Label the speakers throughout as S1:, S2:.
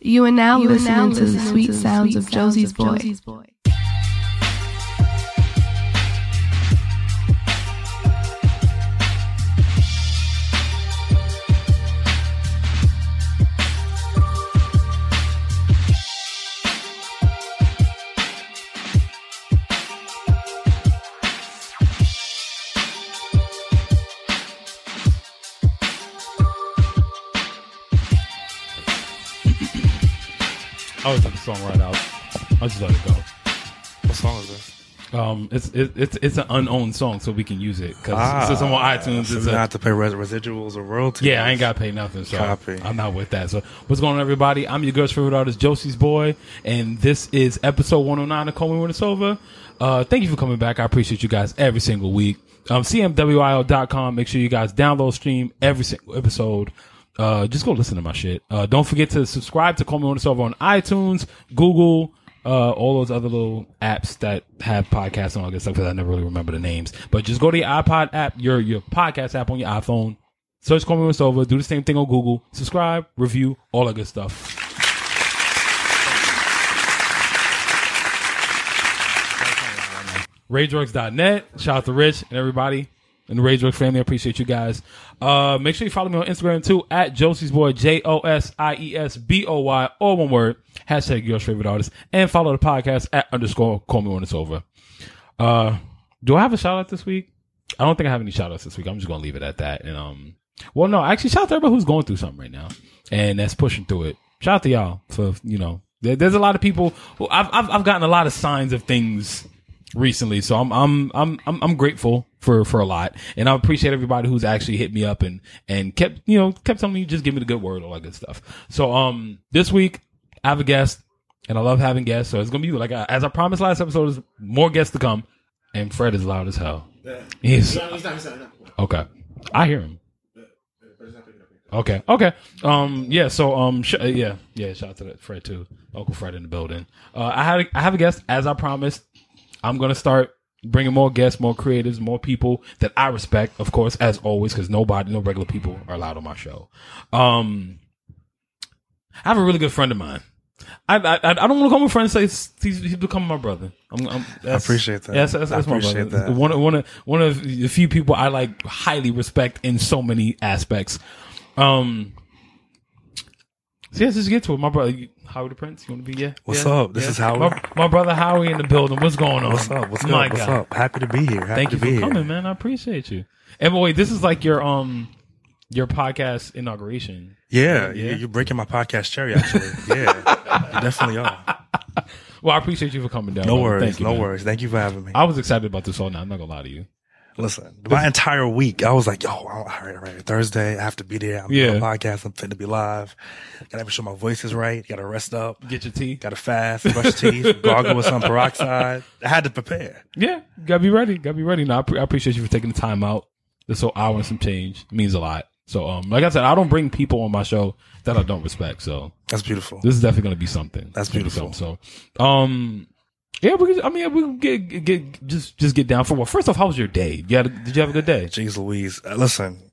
S1: You are now you listening, now to, listening the to the sweet sounds, sounds of Josie's, of boy. Josie's boy.
S2: I always let the song right out. I just let it go.
S3: What song is this?
S2: Um, it's it, it's it's an unowned song, so we can use it because
S3: Ah,
S2: since I'm on iTunes,
S3: So
S2: it's
S3: we
S2: a,
S3: don't have to pay res- residuals or royalties.
S2: yeah. I ain't got to pay nothing, so
S3: Copy.
S2: I'm not with that. So what's going on, everybody? I'm your girl's favorite artist, Josie's boy, and this is episode 109 of Coming When It's Over. Uh, thank you for coming back. I appreciate you guys every single week. Um, cmwil.com. Make sure you guys download, stream every single episode. Uh, just go listen to my shit. Uh, don't forget to subscribe to Coming When It's Over on iTunes, Google, uh, all those other little apps that have podcasts and all that stuff because I never really remember the names. But just go to your iPod app, your your podcast app on your iPhone, search Call Me When It's Over, do the same thing on Google, subscribe, review, all that good stuff. RageWorks.net. Shout out to Rich and everybody in the RageWorks family. I appreciate you guys. Uh, make sure you follow me on Instagram too at Josie's Boy, J O S I E S B O Y, all one word. Hashtag your favorite artist. And follow the podcast at underscore call me when it's over. Uh, do I have a shout out this week? I don't think I have any shout outs this week. I'm just gonna leave it at that. And um well no, actually shout out to everybody who's going through something right now and that's pushing through it. Shout out to y'all for you know there, there's a lot of people who I've, I've I've gotten a lot of signs of things recently. So I'm I'm I'm I'm, I'm grateful for for a lot. And I appreciate everybody who's actually hit me up and and kept you know kept telling me just give me the good word, all that good stuff. So um this week I have a guest and I love having guests. So it's gonna be like I, as I promised last episode, there's more guests to come. And Fred is loud as hell. He's okay. I hear him. Okay. Okay. Um. Yeah. So. Um. Sh- uh, yeah. Yeah. Shout out to that Fred too. Uncle Fred in the building. Uh. I had. I have a guest as I promised. I'm gonna start bringing more guests, more creatives, more people that I respect, of course, as always, because nobody, no regular people are allowed on my show. Um. I have a really good friend of mine. I I, I I don't want to call him a friend. Say he's, he's he's become my brother. I'm, I'm, that's-
S3: appreciate that.
S2: Yes, that's, that's
S3: I
S2: my
S3: appreciate
S2: brother.
S3: that.
S2: One of- one of one of the few people I like highly respect in so many aspects. Um. So yes, let's get to it. My brother you- Howie the Prince. You want to be yeah?
S3: What's
S2: yeah,
S3: up? This
S2: yeah.
S3: is Howie.
S2: My, my brother Howie in the building. What's going on?
S3: What's up? What's
S2: my
S3: up? What's
S2: God.
S3: up? Happy to be here. Happy
S2: Thank
S3: to
S2: you for
S3: be here.
S2: coming, man. I appreciate you. And boy, this is like your um your podcast inauguration.
S3: Yeah,
S2: Yeah.
S3: You, you're breaking my podcast cherry. Actually, yeah, you definitely are.
S2: Well, I appreciate you for coming down.
S3: No
S2: brother.
S3: worries.
S2: Thank you,
S3: no
S2: man.
S3: worries. Thank you for having me.
S2: I was excited about this all night. I'm not gonna lie to you.
S3: Listen, my entire week, I was like, yo, all right, all right. Thursday, I have to be there. I'm
S2: Yeah.
S3: doing a podcast. I'm fit to be live. Gotta make sure my voice is right. Gotta rest up.
S2: Get your tea.
S3: Gotta fast, brush teeth, gargle with some peroxide. I had to prepare.
S2: Yeah, gotta be ready. Gotta be ready. Now, I, pre- I appreciate you for taking the time out. This whole hour and some change means a lot. So, um, like I said, I don't bring people on my show that I don't respect. So,
S3: That's beautiful.
S2: this is definitely gonna be something.
S3: That's
S2: It's gonna be
S3: beautiful.
S2: something. So, um, yeah, we. Could, I mean, we could get get just just get down for what. First off, how was your day? You had a, did you have a good day?
S3: Jeez Louise. Uh, listen,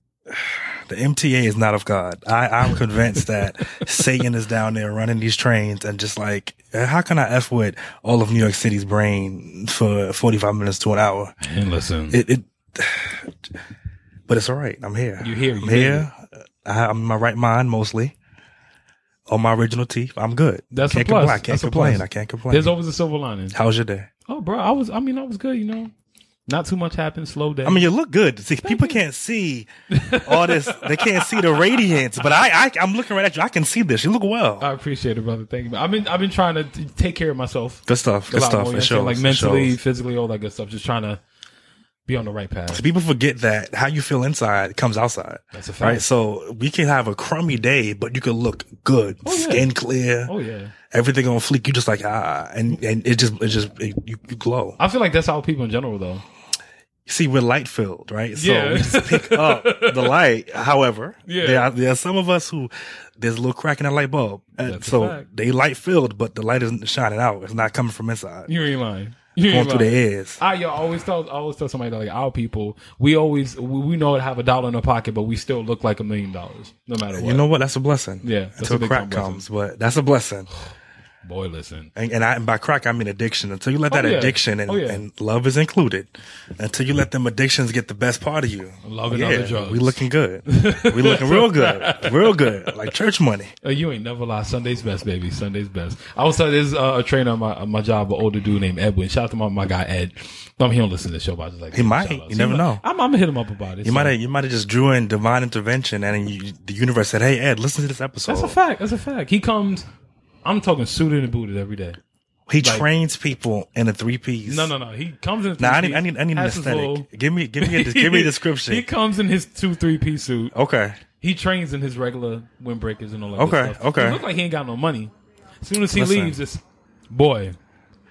S3: the MTA is not of God. I, I'm convinced that Satan is down there running these trains and just like, eh, how can I F with all of New York City's brain for 45 minutes to an hour?
S2: And listen,
S3: It, it but it's all right. I'm here.
S2: You here, you
S3: I'm here. Uh, I, I'm in my right mind mostly. On my original teeth, I'm good.
S2: That's a
S3: can't
S2: plus.
S3: Complain. I can't
S2: That's a
S3: complain.
S2: plus.
S3: I can't complain.
S2: there's always a silver lining.
S3: How was your day?
S2: Oh, bro, I was. I mean, I was good. You know, not too much happened. Slow day.
S3: I mean, you look good. See, people can't see all this. They can't see the radiance, but I, I, I'm looking right at you. I can see this. You look well.
S2: I appreciate it, brother. Thank you. I've been I've been trying to t- take care of myself.
S3: Good stuff.
S2: a
S3: Good
S2: lot
S3: stuff.
S2: more, you know
S3: It
S2: what I'm saying?
S3: shows.
S2: like
S3: it
S2: mentally,
S3: shows.
S2: physically, all that good stuff. Just trying to be on the right path.
S3: People forget that how you feel inside comes outside.
S2: That's a fact.
S3: Right. So we can have a crummy day, but you can look good,
S2: yeah.
S3: skin clear,
S2: Oh yeah,
S3: everything on fleek. You just like ah, and and it just it just it, you, you glow.
S2: I feel like that's how people in general though.
S3: See, we're light filled, right?
S2: Yeah.
S3: So we just pick up the light. However,
S2: Yeah.
S3: there, are, there are some of us who there's a little crack in that light bulb, and
S2: That's a
S3: so
S2: fact.
S3: they light filled, but the light isn't shining out. It's not coming from inside.
S2: You ain't lying. You
S3: going
S2: know.
S3: through their ears.
S2: I yo, I always tell I always tell somebody that like our people, we always we, we know to have a dollar in our pocket, but we still look like a million dollars no matter what.
S3: You know what? That's a blessing.
S2: Yeah, that's a
S3: Until
S2: big
S3: crack
S2: blessing.
S3: comes, but that's a blessing.
S2: Boy, listen,
S3: And, and, I, and by crack, I mean addiction. Until you let that
S2: yeah.
S3: addiction and,
S2: Oh, yeah.
S3: and love is included, until you let them addictions get the best part of you.
S2: Love and
S3: yeah,
S2: other drugs.
S3: We looking good. We looking real good. Real good. Like church money.
S2: Uh, you ain't never lie. Sunday's best, baby. Sunday's best. I was telling there's uh, a trainer on my on my job, an older dude named Edwin. Shout out to my, my guy Ed. Um, he don't listen to the show, but I just like
S3: He might.
S2: shout out.
S3: You never
S2: he might-
S3: know.
S2: I'm, I'm gonna hit him up about it. So-
S3: You might have you might have just drew in divine intervention, and you, the universe said, "Hey Ed, listen to this episode."
S2: That's a fact. That's a fact. He comes. I'm talking suited and booted every day.
S3: He trains people in a three piece.
S2: No, no, no. He comes in.
S3: Now I
S2: three
S3: need I need I need an
S2: has his little-
S3: aesthetic. Give me give me a, give me a description.
S2: he comes in his two three piece suit.
S3: okay.
S2: He trains in his regular windbreakers and all that.
S3: Okay,
S2: good stuff.
S3: okay.
S2: He look like he ain't got no money. As soon as he
S3: Listen.
S2: leaves, it's boy.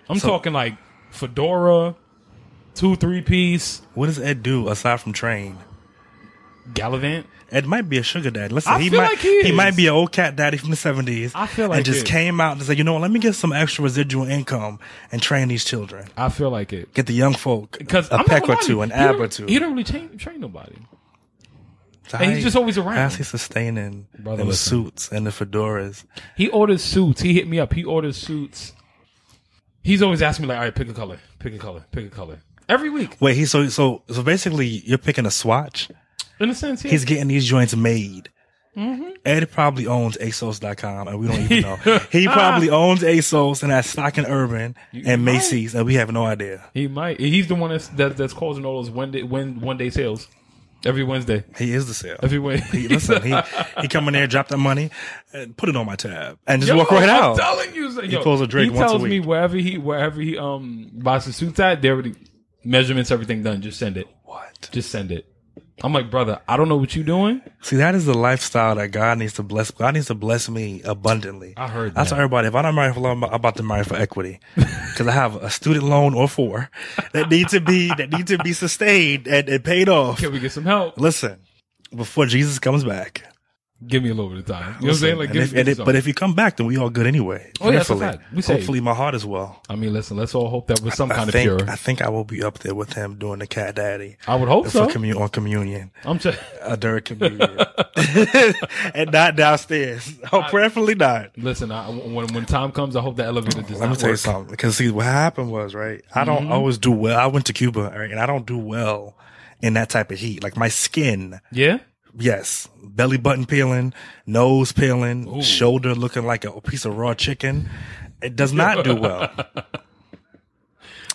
S2: I'm talking like fedora, two three piece,
S3: What does Ed do aside from train?
S2: gallivant.
S3: Ed might be a sugar daddy. Listen,
S2: I
S3: he
S2: feel
S3: might
S2: like he is.
S3: might be an old cat daddy from the seventies.
S2: I feel like
S3: and just
S2: it.
S3: came out and said, you know what? Let me get some extra residual income and train these children.
S2: I feel like it
S3: Get the young folk
S2: because
S3: a peck or two, an ab or two.
S2: He don't really train, train nobody.
S3: So
S2: and
S3: how
S2: he's
S3: he-
S2: just always around.
S3: How's he sustaining
S2: Brother,
S3: them
S2: listen.
S3: suits and the fedoras?
S2: He orders suits. He hit me up. He orders suits. He's always asking me like, all right, pick a color, pick a color, pick a color. Every week,
S3: Wait, he so so so basically, you're picking a swatch.
S2: in a sense, yeah.
S3: He's getting these joints made. Ed probably owns ASOS.com and we don't even know. he probably owns ASOS and has stock in Urban and Macy's and we have no idea.
S2: He might. He's the one that's that, that's causing all those one day when one day sales every Wednesday.
S3: He is the sale.
S2: Every Wednesday.
S3: He, listen, he, he come in there, drop that money, and put it on my tab and just
S2: Yo,
S3: walk right
S2: I'm
S3: out.
S2: telling you, son. yo,
S3: pulls a Drake
S2: He
S3: once a
S2: tells me
S3: week.
S2: wherever he wherever he um buys the suits at, they already measurements, everything done. Just send it.
S3: What?
S2: Just send it. I'm like, brother, I don't know what you doing.
S3: See, that is the lifestyle that God needs to bless. God needs to bless me abundantly.
S2: I heard
S3: I
S2: that.
S3: tell everybody, if I don't marry for love, I'm about to marry for equity because I have a student loan or four that need to be that need to be sustained and, and paid off.
S2: Can we get some help?
S3: Listen, before Jesus comes back.
S2: Give me a little bit of time. You know what I'm saying? Like,
S3: And
S2: give
S3: if-
S2: me
S3: and if-
S2: something.
S3: but if you come back, then we all good anyway.
S2: Oh, yeah, that's a
S3: Prayerfully.
S2: fact. We saved.
S3: Hopefully, my heart is well.
S2: I mean, listen, let's all hope that was some kind
S3: I think
S2: of pure.
S3: I
S2: I,
S3: think I will be up there with him doing the cat daddy.
S2: would hope
S3: for
S2: so.
S3: commu- on communion,
S2: I'm just
S3: a dirt communion, and not downstairs. Oh, prayerfully not.
S2: listen. I, when when time comes, I hope that elevator does
S3: Let me
S2: not
S3: tell you
S2: work. Mm-hmm.
S3: something. Because see, what happened was right. I don't always do well. I went to Cuba, right, and I don't do well in that type of heat. Like my skin,
S2: Yeah.
S3: yes, belly button peeling, nose peeling,
S2: Ooh.
S3: shoulder looking like a piece of raw chicken. It does not do well.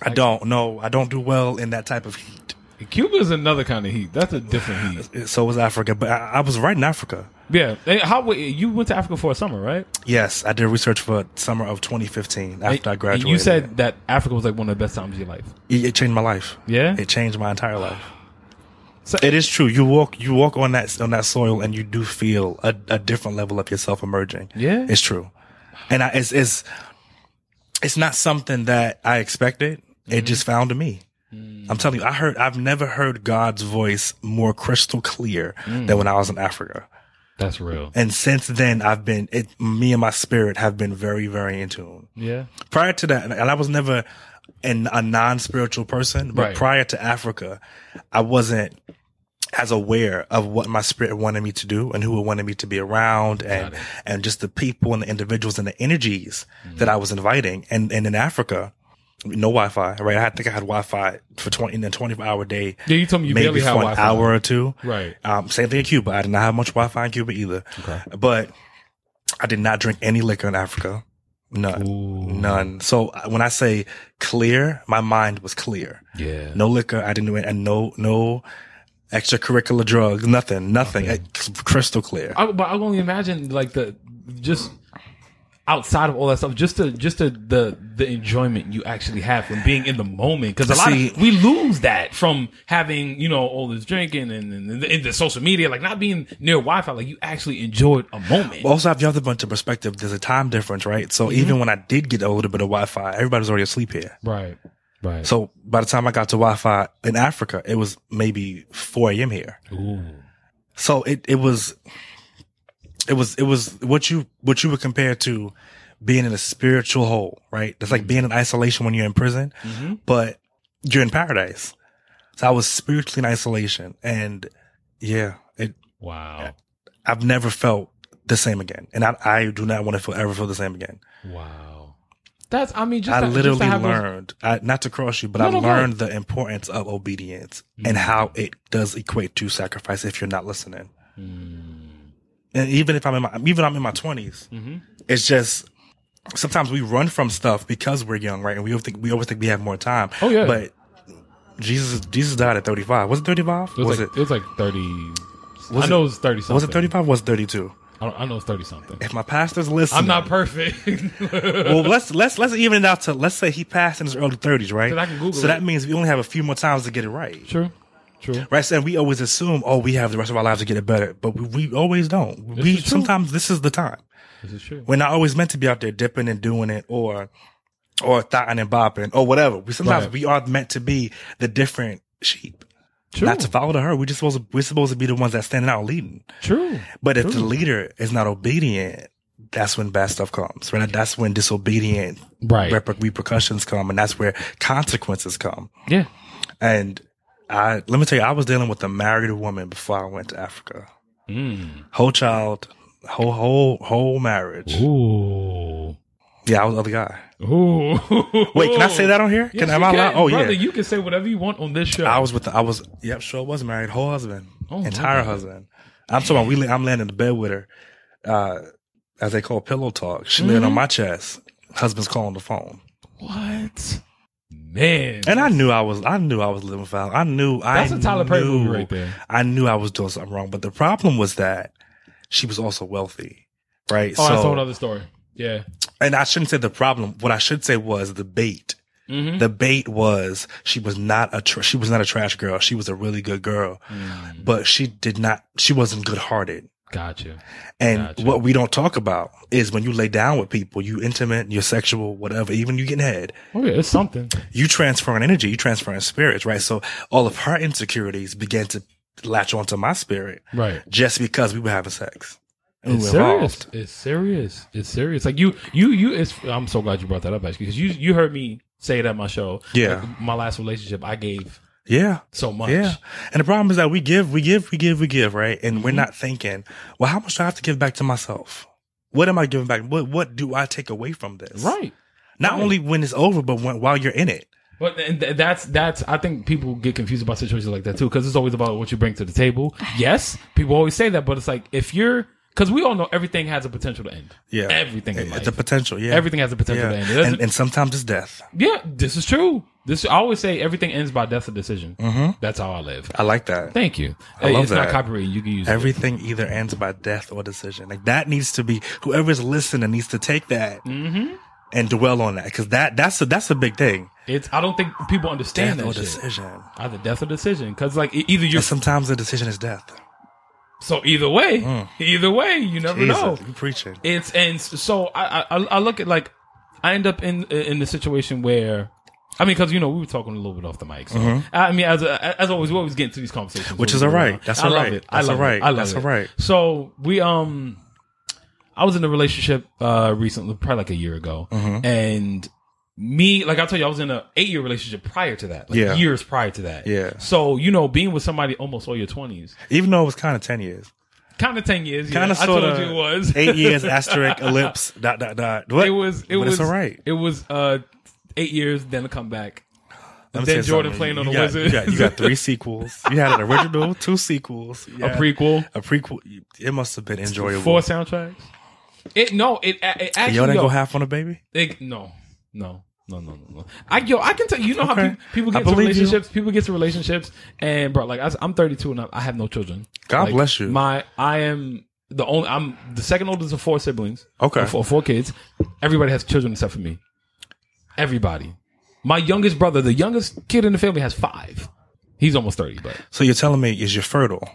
S3: I don't. No, I don't do well in that type of heat.
S2: Cuba is another kind of heat. That's a different heat.
S3: So was Africa, but I, I was right in Africa.
S2: Yeah. Hey, How wa- you went to Africa for a summer, right?
S3: Yes, I did research for summer of 2015 after I
S2: And-
S3: graduated.
S2: And you said that Africa was like one of the best times of your life.
S3: it, it changed my life.
S2: Yeah?
S3: it changed my entire life.
S2: So-
S3: it is true. You walk, you walk on that on that soil, and you do feel a, a different level of yourself emerging.
S2: Yeah.
S3: it's true, and I, it's it's it's not something that I expected. It
S2: Mm-hmm.
S3: just found me.
S2: Mm.
S3: I'm telling you, I heard. I've never heard God's voice more crystal clear
S2: Mm.
S3: than when I was in Africa.
S2: That's real.
S3: And since then, I've been it. Me and my spirit have been very, very in tune
S2: Yeah.
S3: prior to that, and I was never an, a non spiritual person, but
S2: Right.
S3: prior to Africa, I wasn't as aware of what my spirit wanted me to do and who it wanted me to be around and, and just the people and the individuals and the energies
S2: Mm-hmm.
S3: that I was inviting. And, and in Africa, no Wi Fi, right? I think I had Wi Fi for 20 in a 24 hour day.
S2: Yeah, you told me you
S3: maybe
S2: barely
S3: for
S2: had
S3: an
S2: Wi-Fi.
S3: hour or two.
S2: Right.
S3: Um, same thing in Cuba. I did not have much Wi Fi in Cuba either. But I did not drink any liquor in Africa. None. None. So uh, when I say clear, my mind was clear.
S2: Yeah.
S3: No liquor. I didn't do it. And no, no extracurricular drugs. Nothing. Nothing. Uh, c- Crystal clear.
S2: I, but I can only imagine like the just outside of all that stuff, just the just the the, the enjoyment you actually have from being in the moment. Because a lot
S3: See-
S2: of, we lose that from having you know all this drinking and and, and, the, and the social media, like not being near Wi-Fi. Like you actually enjoyed a moment.
S3: But also, I have the other bunch of perspective. There's a time difference, right? So
S2: Mm-hmm.
S3: even when I did get a little bit of Wi-Fi, everybody was already asleep here.
S2: right. Right.
S3: So by the time I got to Wi-Fi in Africa, it was maybe 4 a.m. here. So it, it was, it was, it was what you, what you would compare to being in a spiritual hole, right? That's like being in isolation when you're in prison,
S2: Mm-hmm.
S3: but you're in paradise. So I was spiritually in isolation and yeah, it,
S2: Wow.
S3: I've never felt the same again. And I, I do not want to feel, ever feel the same again.
S2: Wow. That's, I mean, just
S3: I
S2: to- just to
S3: literally
S2: have those-
S3: learned, I, not to cross you, but
S2: No,
S3: I
S2: no, Mm. go
S3: learned the importance of obedience and how it does equate to sacrifice if you're not listening.
S2: Mm.
S3: And even if I'm in my, even I'm in my 20s
S2: Mm-hmm.
S3: it's just sometimes we run from stuff because we're young, right? And we always think we always think we have more time.
S2: Oh, yeah.
S3: but Jesus Jesus died at 35. Was it 35?
S2: It was,
S3: Was
S2: like,
S3: it?
S2: it? was like 30.
S3: Was
S2: I
S3: it-
S2: know it was 30 something.
S3: Was it 35? Was it 32?
S2: I, don't- I know it's 30 something.
S3: If my pastor's listening,
S2: I'm not perfect.
S3: well, let's let's let's even it out to let's say he passed in his early 30s, right?
S2: 'Cause I can Google
S3: so that
S2: it.
S3: means we only have a few more times to get it right.
S2: True. True.
S3: Right, so we always assume, oh, we have the rest of our lives to get it better, but we, we always don't. we
S2: is true.
S3: sometimes this is the time.
S2: This is true.
S3: We're not always meant to be out there dipping and doing it, or or thotting and bopping, or whatever. We sometimes
S2: Right.
S3: we are meant to be the different sheep,
S2: True.
S3: not to follow the herd. We're just supposed to, we're supposed to be the ones that standing out leading.
S2: True.
S3: But if the leader is not obedient, that's when bad stuff comes. Right, that's when disobedient
S2: Right.
S3: reper- repercussions come, and that's where consequences come.
S2: Yeah.
S3: And I let me tell you, I was dealing with a married woman before I went to Africa.
S2: Hmm.
S3: Whole child, whole whole whole marriage.
S2: Ooh.
S3: Yeah, I was the other guy.
S2: Ooh.
S3: Wait, can I say that on here?
S2: Yes,
S3: can
S2: you
S3: I?
S2: can.
S3: Oh
S2: Brother,
S3: yeah.
S2: you can say whatever you want on this show.
S3: I was with the, I was yep sure was married whole husband
S2: Oh, my
S3: entire
S2: God.
S3: husband. I'm talking about we lay- I'm laying in the bed with her, uh, as they call pillow talk. She laying
S2: Mm-hmm.
S3: on my chest. Husband's calling the phone,
S2: what? Man.
S3: and I knew I was I knew I was living foul. I knew I
S2: That's a Tyler Perry
S3: knew-
S2: movie right there.
S3: I knew I was doing something wrong. But the problem was that she was also wealthy, right?
S2: Oh, that's a
S3: so,
S2: whole other story. Yeah.
S3: and I shouldn't say the problem. What I should say was the bait.
S2: Mhm.
S3: The bait was she was not a tr she was not a trash girl. She was a really good girl,
S2: Mm.
S3: but she did not. She wasn't good hearted.
S2: Gotcha.
S3: And
S2: Gotcha.
S3: what we don't talk about is when you lay down with people, you intimate, you're sexual, whatever, even you getting head,
S2: Oh yeah, it's something.
S3: you transferring energy, you transferring spirits, right? So all of her insecurities began to latch onto my spirit
S2: Right.
S3: just because we were having sex. And
S2: It's
S3: we were
S2: serious.
S3: involved.
S2: It's serious. It's serious. Like you, you, you. It's. I'm so glad you brought that up actually because you, you heard me say it at my show.
S3: Yeah.
S2: Like, my last relationship, I gave
S3: Yeah.
S2: so much. Mm-hmm.
S3: Yeah. And the problem is that we give, we give, we give, we give, right? And we're not thinking, well, how much do I have to give back to myself? What am I giving back? What what do I take away from this?
S2: Right.
S3: Not only when it's over, but when, while you're in it.
S2: But and th- that's that's I think people get confused about situations like that too because it's always about what you bring to the table. Yes, people always say that, but it's like if you're because we all know everything has a potential to end.
S3: Yeah.
S2: everything in
S3: It-
S2: life.
S3: It's a potential. Yeah.
S2: Everything has a potential to
S3: Yeah.
S2: end. It doesn't-
S3: And, and sometimes it's death.
S2: yeah, this is true. This I always say everything ends by death or decision. That's how I live.
S3: I like that.
S2: Thank you.
S3: Mm-hmm. I love
S2: it's not
S3: that.
S2: copyrighted. You can use it.
S3: Everything either ends by death or decision. Like that needs to be whoever's listening needs to take that
S2: Mm-hmm.
S3: and dwell on that because that that's a that's a big thing.
S2: It's I don't think people understand
S3: Death
S2: that
S3: or
S2: shit.
S3: decision.
S2: Either death or decision, because like e- either you're
S3: And sometimes the decision is death.
S2: so either way, either way, you never know.
S3: Mm. Jesus, you preaching.
S2: It's and s- so I, I I look at like I end up in in the situation where. I mean, because you know we were talking a little bit off the mic. So I mean, as as always, we always get into these conversations,
S3: Mm-hmm. Which is
S2: We- we-
S3: alright. That's
S2: I
S3: alright.
S2: Love it. I
S3: That's
S2: love
S3: alright.
S2: It. I love
S3: That's
S2: it.
S3: alright.
S2: So we um, I was in a relationship uh recently, probably like a year ago,
S3: Mm-hmm.
S2: and me, like I told you, I was in an eight year relationship prior to that, like
S3: Yeah.
S2: years prior to that.
S3: Yeah.
S2: So you know, being with somebody almost all your twenties,
S3: Even though it was kind of ten years,
S2: kind of ten years,
S3: kind
S2: yeah,
S3: of sort
S2: I
S3: of
S2: told you it was
S3: eight years asterisk ellipse dot dot dot. What?
S2: It was. It
S3: but
S2: was
S3: It's all right.
S2: It was uh, eight years, then a comeback.
S3: Let
S2: then
S3: me tell you
S2: Jordan
S3: something.
S2: playing on
S3: You
S2: the
S3: got-
S2: Wizards.
S3: You got, you got three sequels. You had an original, two sequels, You
S2: A
S3: had
S2: prequel.
S3: a prequel. It must have been enjoyable.
S2: Four soundtracks. It no. It, it actually.
S3: Y'all didn't
S2: yo,
S3: go half on a baby.
S2: it- no. No. No, no, no, no. I yo, I can tell you know how
S3: Okay.
S2: people, people get
S3: I
S2: to
S3: believe you.
S2: relationships. People get to relationships, and bro, like I, am 32 and I, I have no children.
S3: God
S2: Like,
S3: bless you.
S2: My, I am the only. I'm the second oldest of four siblings.
S3: Okay.
S2: four, four kids. Everybody has children except for me. Everybody. My youngest brother, the youngest kid in the family, has five. He's almost 30, but
S3: So you're telling me is you're fertile?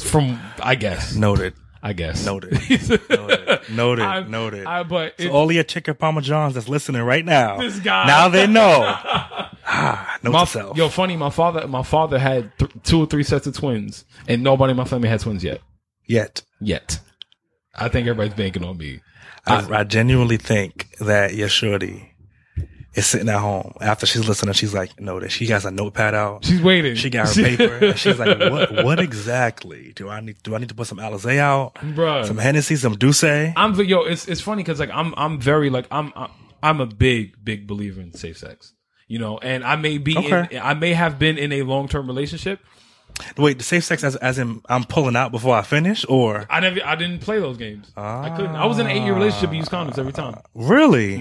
S2: from I guess.
S3: Noted.
S2: I guess.
S3: Noted. Noted.
S2: I-
S3: Noted. Noted.
S2: I, but
S3: So
S2: it,
S3: all your chicken parmesans that's listening right now.
S2: This guy.
S3: Now they know. ah, note
S2: my,
S3: to self.
S2: yo, funny. My father, my father had th- two or three sets of twins, and nobody in my family had twins yet.
S3: Yet.
S2: Yet, I think everybody's banking on me.
S3: I, I genuinely think that your shorty is sitting at home after she's listening. She's like, no, that she has a notepad out.
S2: She's waiting.
S3: She got her paper. and she's like, what, what exactly do I need? Do I need to put some Alizé out?
S2: Bruh.
S3: Some Hennessy, some Douce?
S2: I'm yo. It's it's funny because like I'm I'm very like I'm I'm- I'm a big big believer in safe sex. You know, and I may be in-
S3: Okay.
S2: I may have been in a long term relationship.
S3: Wait, the safe sex as, as in I'm pulling out before I finish or
S2: I never I didn't play those games. I couldn't. I was in an eight year relationship. and Used condoms every time.
S3: really?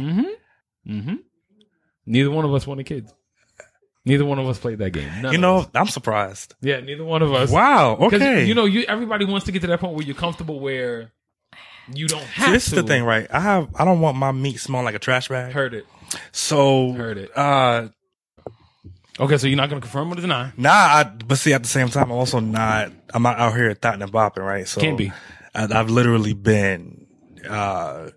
S2: Neither one of us wanted kids. Neither one of us played that game. None
S3: You
S2: of us.
S3: know, I'm surprised.
S2: yeah. Neither one of us.
S3: Wow.
S2: 'Cause,
S3: Okay.
S2: You know, you everybody wants to get to that point where you're comfortable where you don't have
S3: See, this
S2: to.
S3: is the thing, right? I have I don't want my meat smelling like a trash bag.
S2: Heard it.
S3: So
S2: Heard it.
S3: uh
S2: Okay, so you're not gonna confirm or deny.
S3: Nah, I, but see, at the same time, I'm also not. I'm not out here thotting and bopping, right? So
S2: Can be.
S3: I, I've literally been, uh,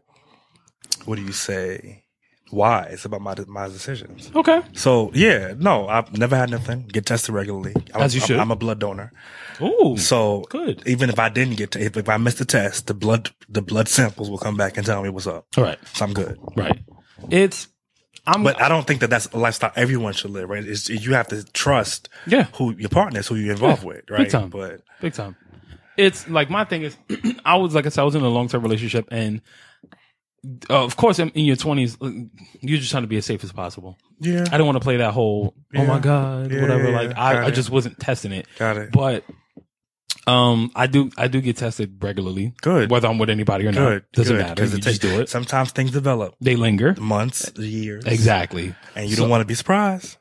S3: what do you say, wise about my my decisions.
S2: Okay.
S3: So yeah, no, I've never had nothing. Get tested regularly. I'm,
S2: As you
S3: I'm-
S2: should.
S3: I'm a blood donor.
S2: Ooh.
S3: So
S2: Good.
S3: Even if I didn't get, to, if, if I missed the test, the blood the blood samples will come back and tell me what's up.
S2: All right.
S3: So I'm good.
S2: Right. It's. I'm.
S3: But I don't think that that's a lifestyle everyone should live, right? It's, you have to trust
S2: Yeah.
S3: who your partner is, who you're involved
S2: Yeah,
S3: with,
S2: big
S3: right?
S2: time.
S3: But
S2: big time. It's like my thing is, I was like I said, I was in a long term relationship, and uh, of course, in, in your twenties, uh, you're just trying to be as safe as possible.
S3: yeah,
S2: I don't want to play that whole oh
S3: Yeah.
S2: my god,
S3: Yeah,
S2: whatever.
S3: yeah,
S2: Like
S3: yeah.
S2: I,
S3: Got
S2: I
S3: it.
S2: just wasn't testing it,
S3: got it.
S2: but um, I do I do get tested regularly.
S3: Good.
S2: whether I'm with anybody or not
S3: good,
S2: doesn't
S3: good,
S2: matter. You
S3: it
S2: just
S3: takes-
S2: do it.
S3: Sometimes things develop
S2: They linger
S3: months, years,
S2: exactly.
S3: and you don't want to be surprised.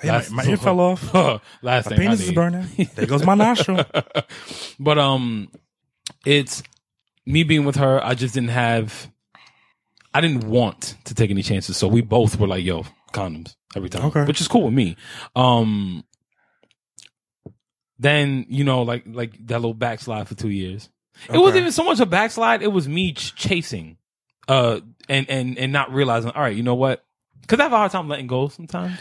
S3: Hey, my,
S2: That's-
S3: my ear fell off. My
S2: Last thing,
S3: penis
S2: I
S3: is
S2: need.
S3: burning. There goes my nostril.
S2: but um it's me being with her i just didn't have i didn't want to take any chances so we both were like yo condoms every time
S3: Okay.
S2: which is cool with me um then you know like like that little backslide for two years it wasn't
S3: Okay.
S2: even so much a backslide it was me ch- chasing uh and and and not realizing all right you know what because i have a hard time letting go sometimes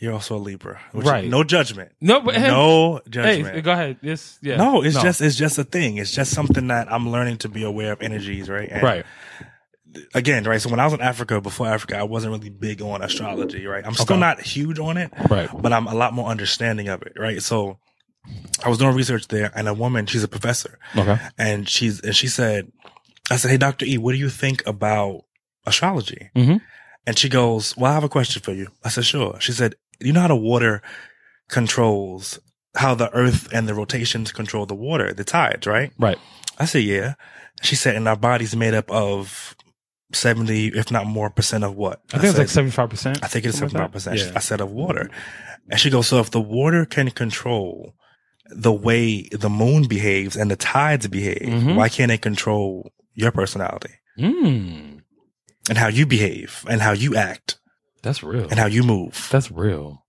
S3: You're also a Libra, which
S2: Right.
S3: No judgment.
S2: no but
S3: no
S2: hey,
S3: judgment.
S2: go ahead this yeah
S3: No, it's just it's just a thing. It's just something that I'm learning to be aware of energies, right? And
S2: right
S3: Again, right. So when I was in Africa, before Africa, I wasn't really big on astrology, right? I'm still
S2: Okay.
S3: not huge on it,
S2: right
S3: but I'm a lot more understanding of it, right? So I was doing research there, and a woman, she's a professor,
S2: okay
S3: and she's and she said, I said, "Hey, Doctor E, what do you think about astrology?"
S2: Mhm.
S3: And she goes, "Well, I have a question for you." I said, "Sure." She said, "You know how the water controls how the Earth and the rotations control the water, the tides, right?"
S2: right
S3: I said, "Yeah." She said, "And our body's made up of seventy, if not more, percent of what?"
S2: I think it's
S3: said,
S2: like seventy five percent.
S3: I think it's
S2: Something like
S3: seventy-five
S2: that?
S3: percent.
S2: Yeah.
S3: I said of water, and she goes. So if the water can control the way the moon behaves and the tides behave,
S2: Mhm.
S3: why can't it control your personality
S2: Mm,
S3: and how you behave and how you act
S2: that's real.
S3: and how you move?
S2: That's real.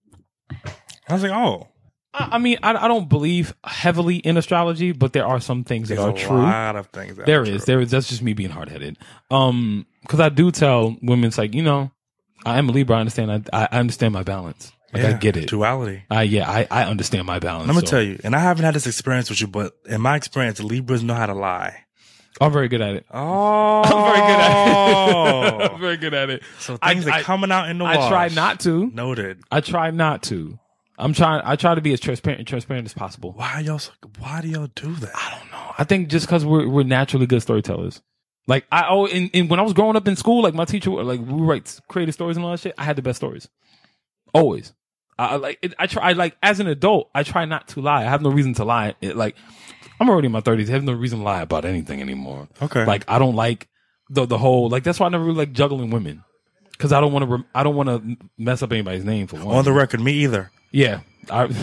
S3: I was like, oh,
S2: I, I mean, I, I don't believe heavily in astrology, but there are some things that
S3: there's
S2: are
S3: a
S2: true.
S3: lot of things. That
S2: There
S3: are
S2: is.
S3: true.
S2: There is. That's just me being hard headed. Um, because I do tell women, it's like you know, I am a Libra. I understand. I I understand my balance. Like I
S3: Yeah,
S2: get it.
S3: Duality.
S2: I yeah. I I understand my balance.
S3: I'm gonna
S2: so
S3: tell you, and I haven't had this experience with you, but in my experience, Libras know how to lie.
S2: I'm very good at it.
S3: Oh,
S2: I'm very good at it. I'm very good at it.
S3: so
S2: I-
S3: things
S2: I-
S3: are coming out in the
S2: I
S3: wash.
S2: try not to.
S3: Noted.
S2: I try not to. I'm trying. I try to be as transparent transparent as possible.
S3: Why y'all? So, why do y'all do that?
S2: I don't know. I think just because we're we're naturally good storytellers. Like I oh, and, and when I was growing up in school, like my teacher, like we write creative stories and all that shit. I had the best stories, always. I, I like it, I try I like as an adult, I try not to lie. I have no reason to lie. It, like I'm already in my thirties. I have no reason to lie about anything anymore.
S3: Okay.
S2: Like I don't like the the whole like that's why I never really like juggling women because I don't want to rem- I don't want to mess up anybody's name for one.
S3: On the record, me either.
S2: Yeah. I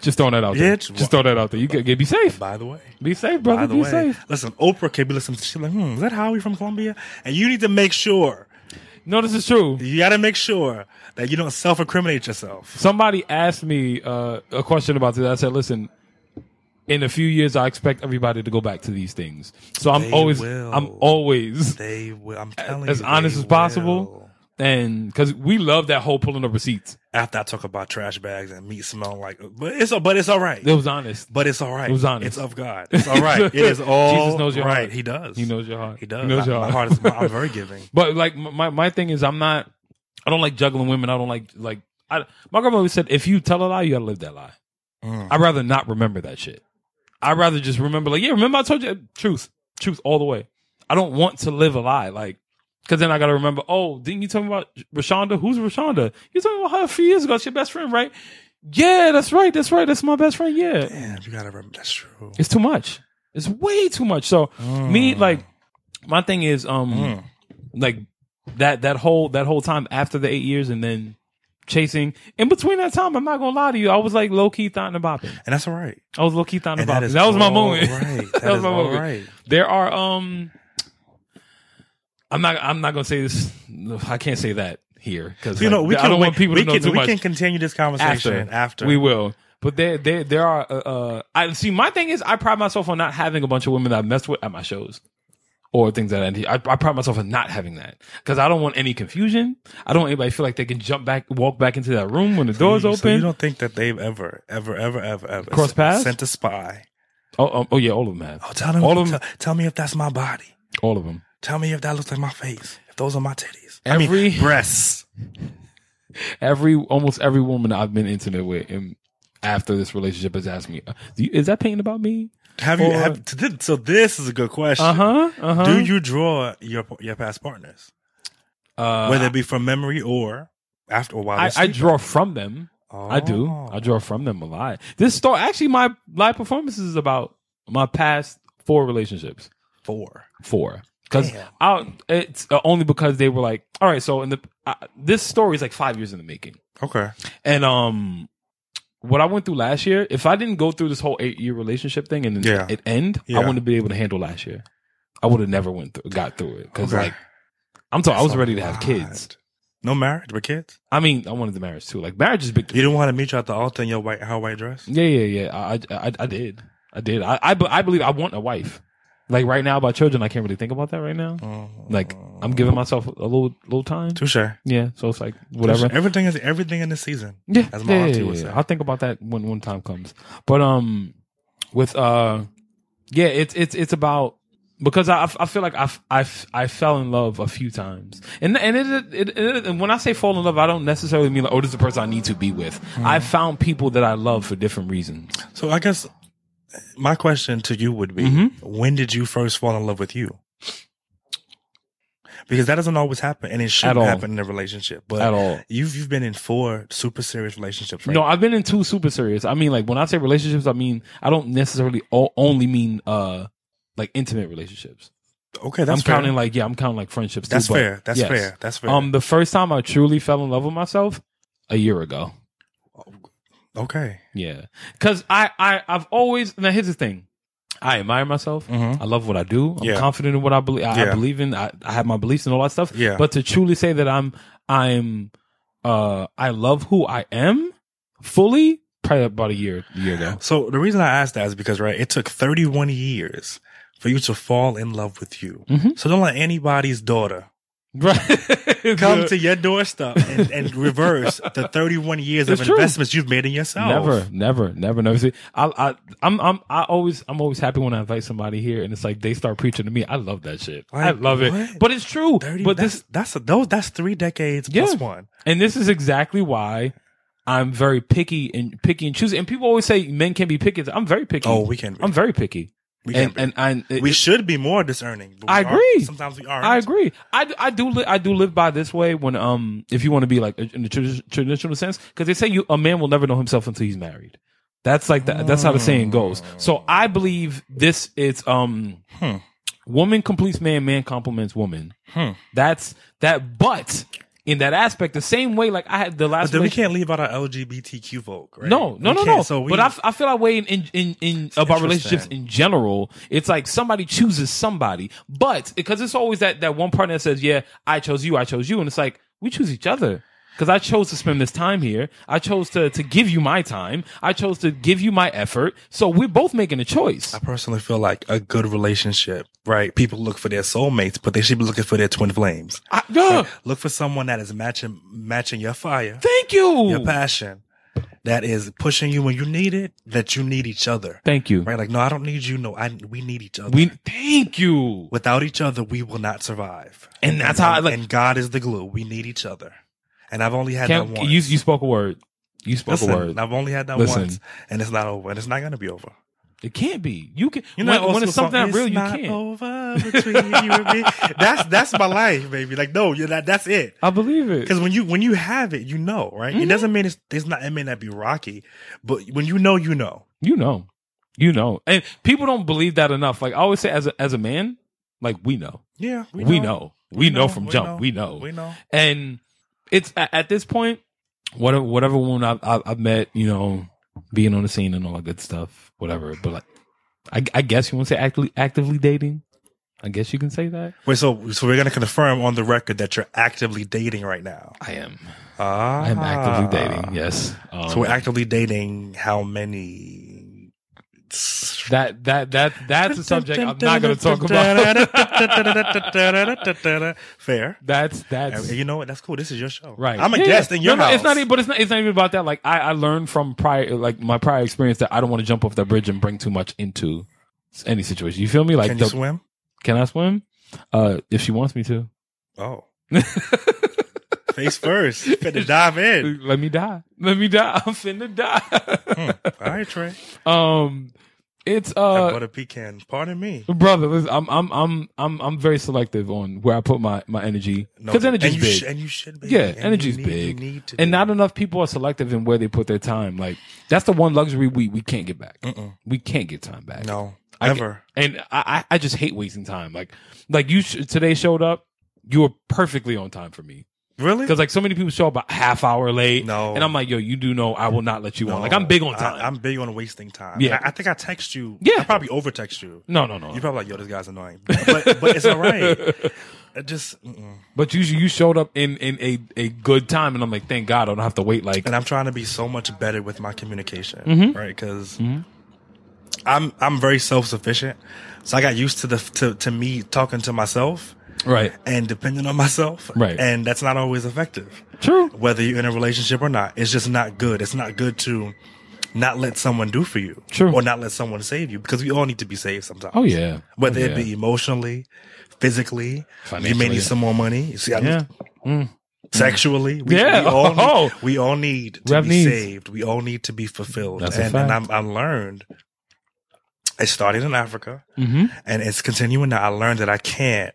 S2: just throwing that out
S3: Yeah,
S2: there.
S3: it's-
S2: Just throw that out there. You get, get be safe.
S3: By the way.
S2: Be safe,
S3: By
S2: brother.
S3: the
S2: Be
S3: way.
S2: safe.
S3: Listen, Oprah could be listening to she's like, hmm, is that Howie from Columbia? And you need to make sure.
S2: No, this is true.
S3: You gotta make sure that you don't self incriminate yourself.
S2: Somebody asked me uh, a question about this. I said, listen, in a few years, I expect everybody to go back to these things. So I'm
S3: They
S2: always,
S3: will.
S2: I'm always,
S3: They will I'm telling you.
S2: as honest
S3: they
S2: as possible.
S3: will.
S2: and because we love that whole pulling of receipts.
S3: after I talk about trash bags and meat smell like, but it's but it's all right.
S2: It was honest.
S3: But it's all right.
S2: It was honest.
S3: It's of God. It's all right. It is all
S2: Jesus knows your
S3: right.
S2: heart.
S3: He does.
S2: He knows your heart.
S3: He does.
S2: He knows
S3: I-
S2: your
S3: my
S2: heart.
S3: heart is. I'm very giving.
S2: But like my my thing is, I'm not. I don't like juggling women. I don't like like. I, my grandma always said, if you tell a lie, you gotta live that lie.
S3: Mm.
S2: I'd rather not remember that shit. I'd rather just remember like, yeah, remember I told you truth, truth all the way. I don't want to live a lie, like, because then I gotta remember. Oh, didn't you tell me about Rashonda? Who's Rashonda? You talking about her a few years ago? It's your best friend, right? Yeah, that's right. That's right. That's my best friend. Yeah,
S3: Damn, you gotta remember. That's true.
S2: it's too much. It's way too much. So me
S3: Mm.
S2: like my thing is um
S3: Mm.
S2: like that that whole that whole time after the eight years and then chasing in between that time I'm not gonna lie to you I was like low key thought about it
S3: and that's all right.
S2: I was low key thought
S3: And
S2: about
S3: that
S2: it
S3: is
S2: that was my
S3: all
S2: moment
S3: Right.
S2: That was
S3: is
S2: my
S3: all
S2: moment.
S3: right.
S2: there are um I'm not I'm not gonna say this I can't say that here because
S3: So, you know, we
S2: I
S3: can
S2: don't
S3: wait-
S2: want people
S3: we
S2: to know
S3: can,
S2: too
S3: we
S2: much
S3: can continue this conversation after.
S2: we will. But there, there, there are. Uh, uh, I see. My thing is, I pride myself on not having a bunch of women that I messed with at my shows, or things that I. I, I pride myself on not having that because I don't want any confusion. I don't want anybody to feel like they can jump back, walk back into that room when the door's
S3: So you
S2: open.
S3: don't think that they've ever, ever, ever, ever, ever
S2: Cross
S3: s-
S2: paths?
S3: sent a spy?
S2: oh, oh, oh, yeah, all of them have.
S3: Oh, tell them.
S2: All of
S3: tell,
S2: them.
S3: tell me if that's my body.
S2: All of them.
S3: Tell me if that looks like my face. If those are my titties. I
S2: Every-
S3: mean, breasts.
S2: Every, almost every woman I've been intimate with, and after this relationship has asked me, Do you, "Is that painting about me?"
S3: Have you?
S2: Or-
S3: Have, t- th- so this is a good question.
S2: Uh huh. Uh huh.
S3: Do you draw your your past partners,
S2: Uh,
S3: whether it be from memory or after or while
S2: I,
S3: they're
S2: I
S3: sleeping?
S2: draw from them. I do.
S3: Oh.
S2: I draw from them a lot. This story, actually, my live performances is about my past four relationships.
S3: four.
S2: Four. Because
S3: Damn.
S2: it's uh, only because they were like, all right, so in the, uh, this story is like five years in the making.
S3: Okay.
S2: And, um, what I went through last year, if I didn't go through this whole eight year relationship thing and
S3: Yeah.
S2: it end,
S3: Yeah.
S2: I wouldn't have been able to handle last year. I would have never went through, got through it. Cause
S3: Okay.
S2: like, I'm talking, I was
S3: That's a
S2: ready to have
S3: lot.
S2: kids.
S3: No marriage, but kids.
S2: I mean, I wanted the marriage too. Like marriage is big.
S3: You didn't want to meet you at the altar in your white, her white dress.
S2: Yeah, yeah, yeah. I, I, I- I did. I did. I, I, be- I believe I want a wife. Like right now about children, I can't really think about that right now. Like I'm giving myself a little, little time.
S3: Mm-hmm. Touche.
S2: Yeah. So it's like whatever.
S3: Touche. Everything is everything in the season.
S2: Yeah.
S3: As my
S2: yeah,
S3: auntie
S2: yeah,
S3: would
S2: yeah.
S3: say.
S2: I'll think about that when when time comes. But um, with uh, yeah, it's it's it's about because I I feel like I I I fell in love a few times, and and it, it, it and when I say fall in love, I don't necessarily mean like oh this is the person I need to be with.
S3: Hmm.
S2: I found people that I love for different reasons.
S3: So I guess my question to you would be:
S2: Mm-hmm.
S3: When did you first fall in love with you? Because that doesn't always happen, and it shouldn't
S2: all.
S3: happen in a relationship. But
S2: At all.
S3: you've you've been in four super serious relationships, right?
S2: No, I've been in two super serious. I mean, like when I say relationships, I mean I don't necessarily o- only mean uh like intimate relationships.
S3: okay, that's
S2: I'm
S3: fair.
S2: counting like yeah, I'm counting like friendships. too,
S3: that's
S2: but
S3: fair. That's
S2: yes.
S3: fair. That's fair.
S2: Um, the first time I truly fell in love with myself a year ago.
S3: okay.
S2: Yeah, because I I I've always now here's the thing. I admire myself.
S3: Mhm.
S2: I love what I do. I'm
S3: Yeah.
S2: confident in what I believe. I, I
S3: Yeah.
S2: believe in. I, I have my beliefs and all that stuff.
S3: Yeah.
S2: But to truly say that I'm I'm uh I love who I am fully probably about a year year ago.
S3: So the reason I asked that is because right, it took 31 years for you to fall in love with you.
S2: Mhm.
S3: So don't let anybody's daughter
S2: Right.
S3: come to your doorstep and, and reverse the 31 years
S2: It's
S3: of
S2: true.
S3: investments you've made in yourself.
S2: Never, never, never, never. See, I, I, I'm, I'm, I always, I'm always happy when I invite somebody here, and it's like they start preaching to me. I love that shit. I
S3: Like,
S2: love
S3: what?
S2: it, but it's true.
S3: 30,
S2: but
S3: that's,
S2: this,
S3: that's a, those that's three decades
S2: Yeah.
S3: plus one.
S2: and this is exactly why I'm very picky and picky and choosy. And people always say men can be picky. I'm very picky.
S3: Oh, we can. be.
S2: I'm very picky.
S3: we can.
S2: and,
S3: be.
S2: and and it-
S3: we should be more discerning. but we
S2: I
S3: aren't.
S2: agree.
S3: Sometimes we aren't.
S2: I agree. I, do- I do li- I do live by this way when um if you want to be like in the tradi- traditional sense because they say you a man will never know himself until he's married. That's like the, that's how the saying goes. So I believe this is um
S3: Hmm.
S2: woman completes man, man complements woman.
S3: Hmm.
S2: That's that. But in that aspect, the same way like I had the
S3: But
S2: last.
S3: then we
S2: relationship-
S3: can't leave out our LGBTQ folk, right?
S2: no, no,
S3: We
S2: no,
S3: can't,
S2: no.
S3: So we,
S2: but I, f- I feel that way in in in, in about
S3: interesting.
S2: relationships in general. It's like somebody chooses somebody, but because it's always that that one partner that says, "Yeah, I chose you, I chose you," and it's like we choose each other. because I chose to spend this time here. I chose to to give you my time. I chose to give you my effort. So we're both making a choice.
S3: I personally feel like a good relationship, right? People look for their soulmates, but they should be looking for their twin flames.
S2: I, yeah,
S3: Look for someone that is matching matching your fire,
S2: thank you.
S3: your passion, that is pushing you when you need it, that you need each other.
S2: Thank you.
S3: Right? Like, no, I don't need you. No, I we need each other.
S2: We thank you.
S3: Without each other, we will not survive.
S2: And that's how I like-
S3: And God is the glue. We need each other. And I've only had
S2: Cam,
S3: that once.
S2: you you spoke a word. You spoke
S3: Listen,
S2: a word.
S3: I've only had that
S2: Listen.
S3: once, and it's not over, and it's not gonna be over.
S2: It can't be. You can.
S3: You
S2: You
S3: know, that
S2: know, when,
S3: old
S2: when it's
S3: school song,
S2: something that real, you
S3: not
S2: can't.
S3: Over between you and me. That's that's my life, baby. Like, no, you're not, that's it.
S2: I believe it.
S3: Because when you when you have it, you know, right?
S2: Mm-hmm.
S3: It doesn't mean it's, it's not. It may not be rocky, but when you know, you know.
S2: You know, you know, and people don't believe that enough. Like I always say, as a, as a man, like we know,
S3: Yeah,
S2: we know, we, know, from jump, we know,
S3: we know.
S2: and it's at, at this point, whatever whatever woman I've, I've, I've met, you know, being on the scene and all that good stuff, whatever. But like, I, I guess you want to say actively actively dating. I guess you can say that.
S3: Wait, so so we're gonna confirm on the record that you're actively dating right now.
S2: I am.
S3: Ah,
S2: I am actively dating. Yes. Um,
S3: So we're actively dating. How many?
S2: that that that that's a subject I'm not going to talk about.
S3: Fair.
S2: that's
S3: And
S2: that's
S3: you know what? That's cool. This is your show.
S2: Right.
S3: I'm a
S2: Yeah,
S3: guest
S2: yeah.
S3: in your
S2: no, no,
S3: house.
S2: It's not even, but it's not, it's not even about that. Like I, I learned from prior, like my prior experience that I don't want to jump off that bridge and bring too much into s- any situation. You feel me? Like,
S3: Can you
S2: the-
S3: swim?
S2: can I swim? Uh, if she wants me to,
S3: Oh. Face first. You better dive in.
S2: let me die. Let me die. I'm finna
S3: Hmm.
S2: die.
S3: All right, Trey.
S2: um, it's
S3: That
S2: uh,
S3: butter pecan. Pardon me.
S2: brother. Listen, I'm, I'm, I'm, I'm, I'm very selective on where I put my my energy because energy's
S3: and you
S2: big.
S3: sh- and you should be.
S2: Yeah,
S3: And you
S2: energy's
S3: need-
S2: big.
S3: You need to
S2: and
S3: be.
S2: not enough people are selective in where they put their time. Like that's the one luxury we we can't get back.
S3: Mm-mm.
S2: We can't get time back.
S3: No.
S2: I get-
S3: ever.
S2: and I, I I just hate wasting time. Like, like you sh- today showed up, you were perfectly on time for me.
S3: Really?
S2: Because like so many people show up a half hour late,
S3: No.
S2: and I'm like, yo, you do know I will not let you
S3: No.
S2: on. Like I'm big on time.
S3: I, am big on wasting time.
S2: Yeah.
S3: I, I think I text you.
S2: Yeah.
S3: I probably over text you.
S2: no, no, no.
S3: You're probably like, yo, this guy's annoying. But, but it's all right. It just, mm-mm.
S2: but you you showed up in in a a good time, and I'm like, thank God I don't have to wait. Like,
S3: and I'm trying to be so much better with my communication,
S2: Mm-hmm.
S3: right? Because I'm I'm very self sufficient, so I got used to the to, to me talking to myself
S2: right,
S3: and depending on myself,
S2: Right.
S3: And that's not always effective,
S2: true.
S3: whether you're in a relationship or not. It's just not good. It's not good to not let someone do for you,
S2: True.
S3: or not let someone save you because we all need to be saved sometimes.
S2: Oh yeah,
S3: Whether
S2: oh,
S3: it be emotionally, physically, you may
S2: Financially.
S3: need some more money. You see, I
S2: yeah. yeah.
S3: sexually. We,
S2: Yeah.
S3: we all
S2: Oh.
S3: need, we all need to
S2: We have
S3: be
S2: needs.
S3: saved. We all need to be fulfilled.
S2: That's a
S3: and and
S2: fact.
S3: I'm, I learned. It started in Africa,
S2: Mm-hmm.
S3: and it's continuing. Now I learned that I can't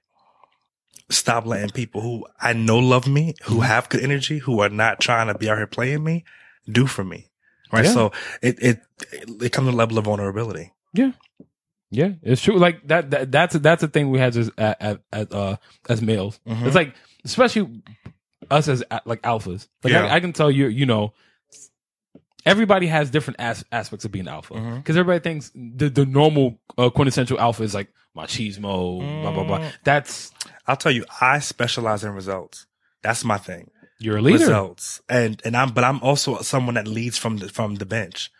S3: stop letting people who I know love me,
S2: Mm-hmm.
S3: who have good energy, who are not trying to be out here playing me, do for me. Right.
S2: Yeah.
S3: So it it it, it comes to a level of vulnerability.
S2: Yeah, it's true. Like that, that that's that's a thing we had as as as, uh, as males.
S3: Mhm.
S2: It's like especially us as uh, like alphas. Like
S3: Yeah.
S2: I, I can tell you, you know, everybody has different as- aspects of being alpha because
S3: Mhm.
S2: everybody thinks the the normal uh, quintessential alpha is like machismo, blah blah blah.
S3: Mm.
S2: That's
S3: I'll tell you, I specialize in results. That's my thing.
S2: you're a leader.
S3: results. And and I'm but I'm also someone that leads from the from the bench.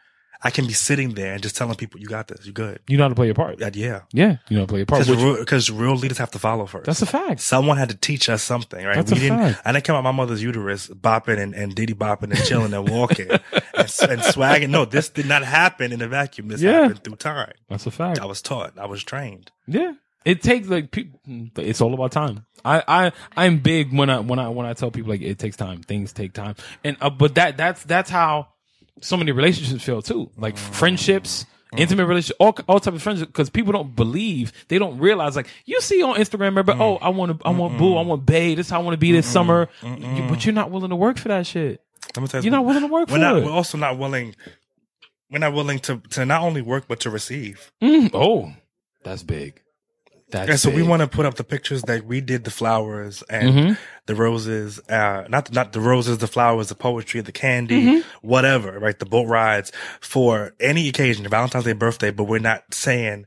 S3: I can be sitting there and just telling people, "You got this. You good."
S2: You know how to play your part.
S3: Uh, Yeah,
S2: Yeah, Oh, you know how to play your part.
S3: because
S2: Which,
S3: real, 'cause real leaders have to follow first.
S2: that's a fact.
S3: someone had to teach us something, right?
S2: That's
S3: we
S2: a
S3: didn't.
S2: fact.
S3: I didn't come out my mother's uterus bopping and, and diddy bopping and chilling and walking and, s- and swagging. No, this did not happen in a vacuum. This
S2: Yeah.
S3: happened through time.
S2: That's a fact.
S3: I was taught. I was trained.
S2: Yeah, it takes like pe- it's all about time. I I I'm big when I when I when I tell people like it takes time, things take time, and uh, but that that's that's how so many relationships fail too, like friendships.
S3: Mm-hmm.
S2: Intimate relationships, all all type of friendships, because people don't believe, they don't realize. Like you see on Instagram, remember?
S3: Mm-hmm.
S2: Oh, I want to, I want boo, I want bae. This is how I want to be this summer. You- but you're not willing to work for that shit.
S3: Let me tell
S2: You're not willing to work
S3: we're
S2: for
S3: not.
S2: it.
S3: We're also not willing. We're not willing to to not only work but to receive.
S2: Mm, oh, that's big. That's
S3: Mm-hmm. Yeah, so we
S2: big.
S3: want to put up the pictures that we did the flowers and
S2: Mm-hmm.
S3: the roses, uh, not not the roses, the flowers, the poetry, the candy,
S2: Mm-hmm.
S3: whatever, right? The boat rides for any occasion, Valentine's Day, birthday, but we're not saying,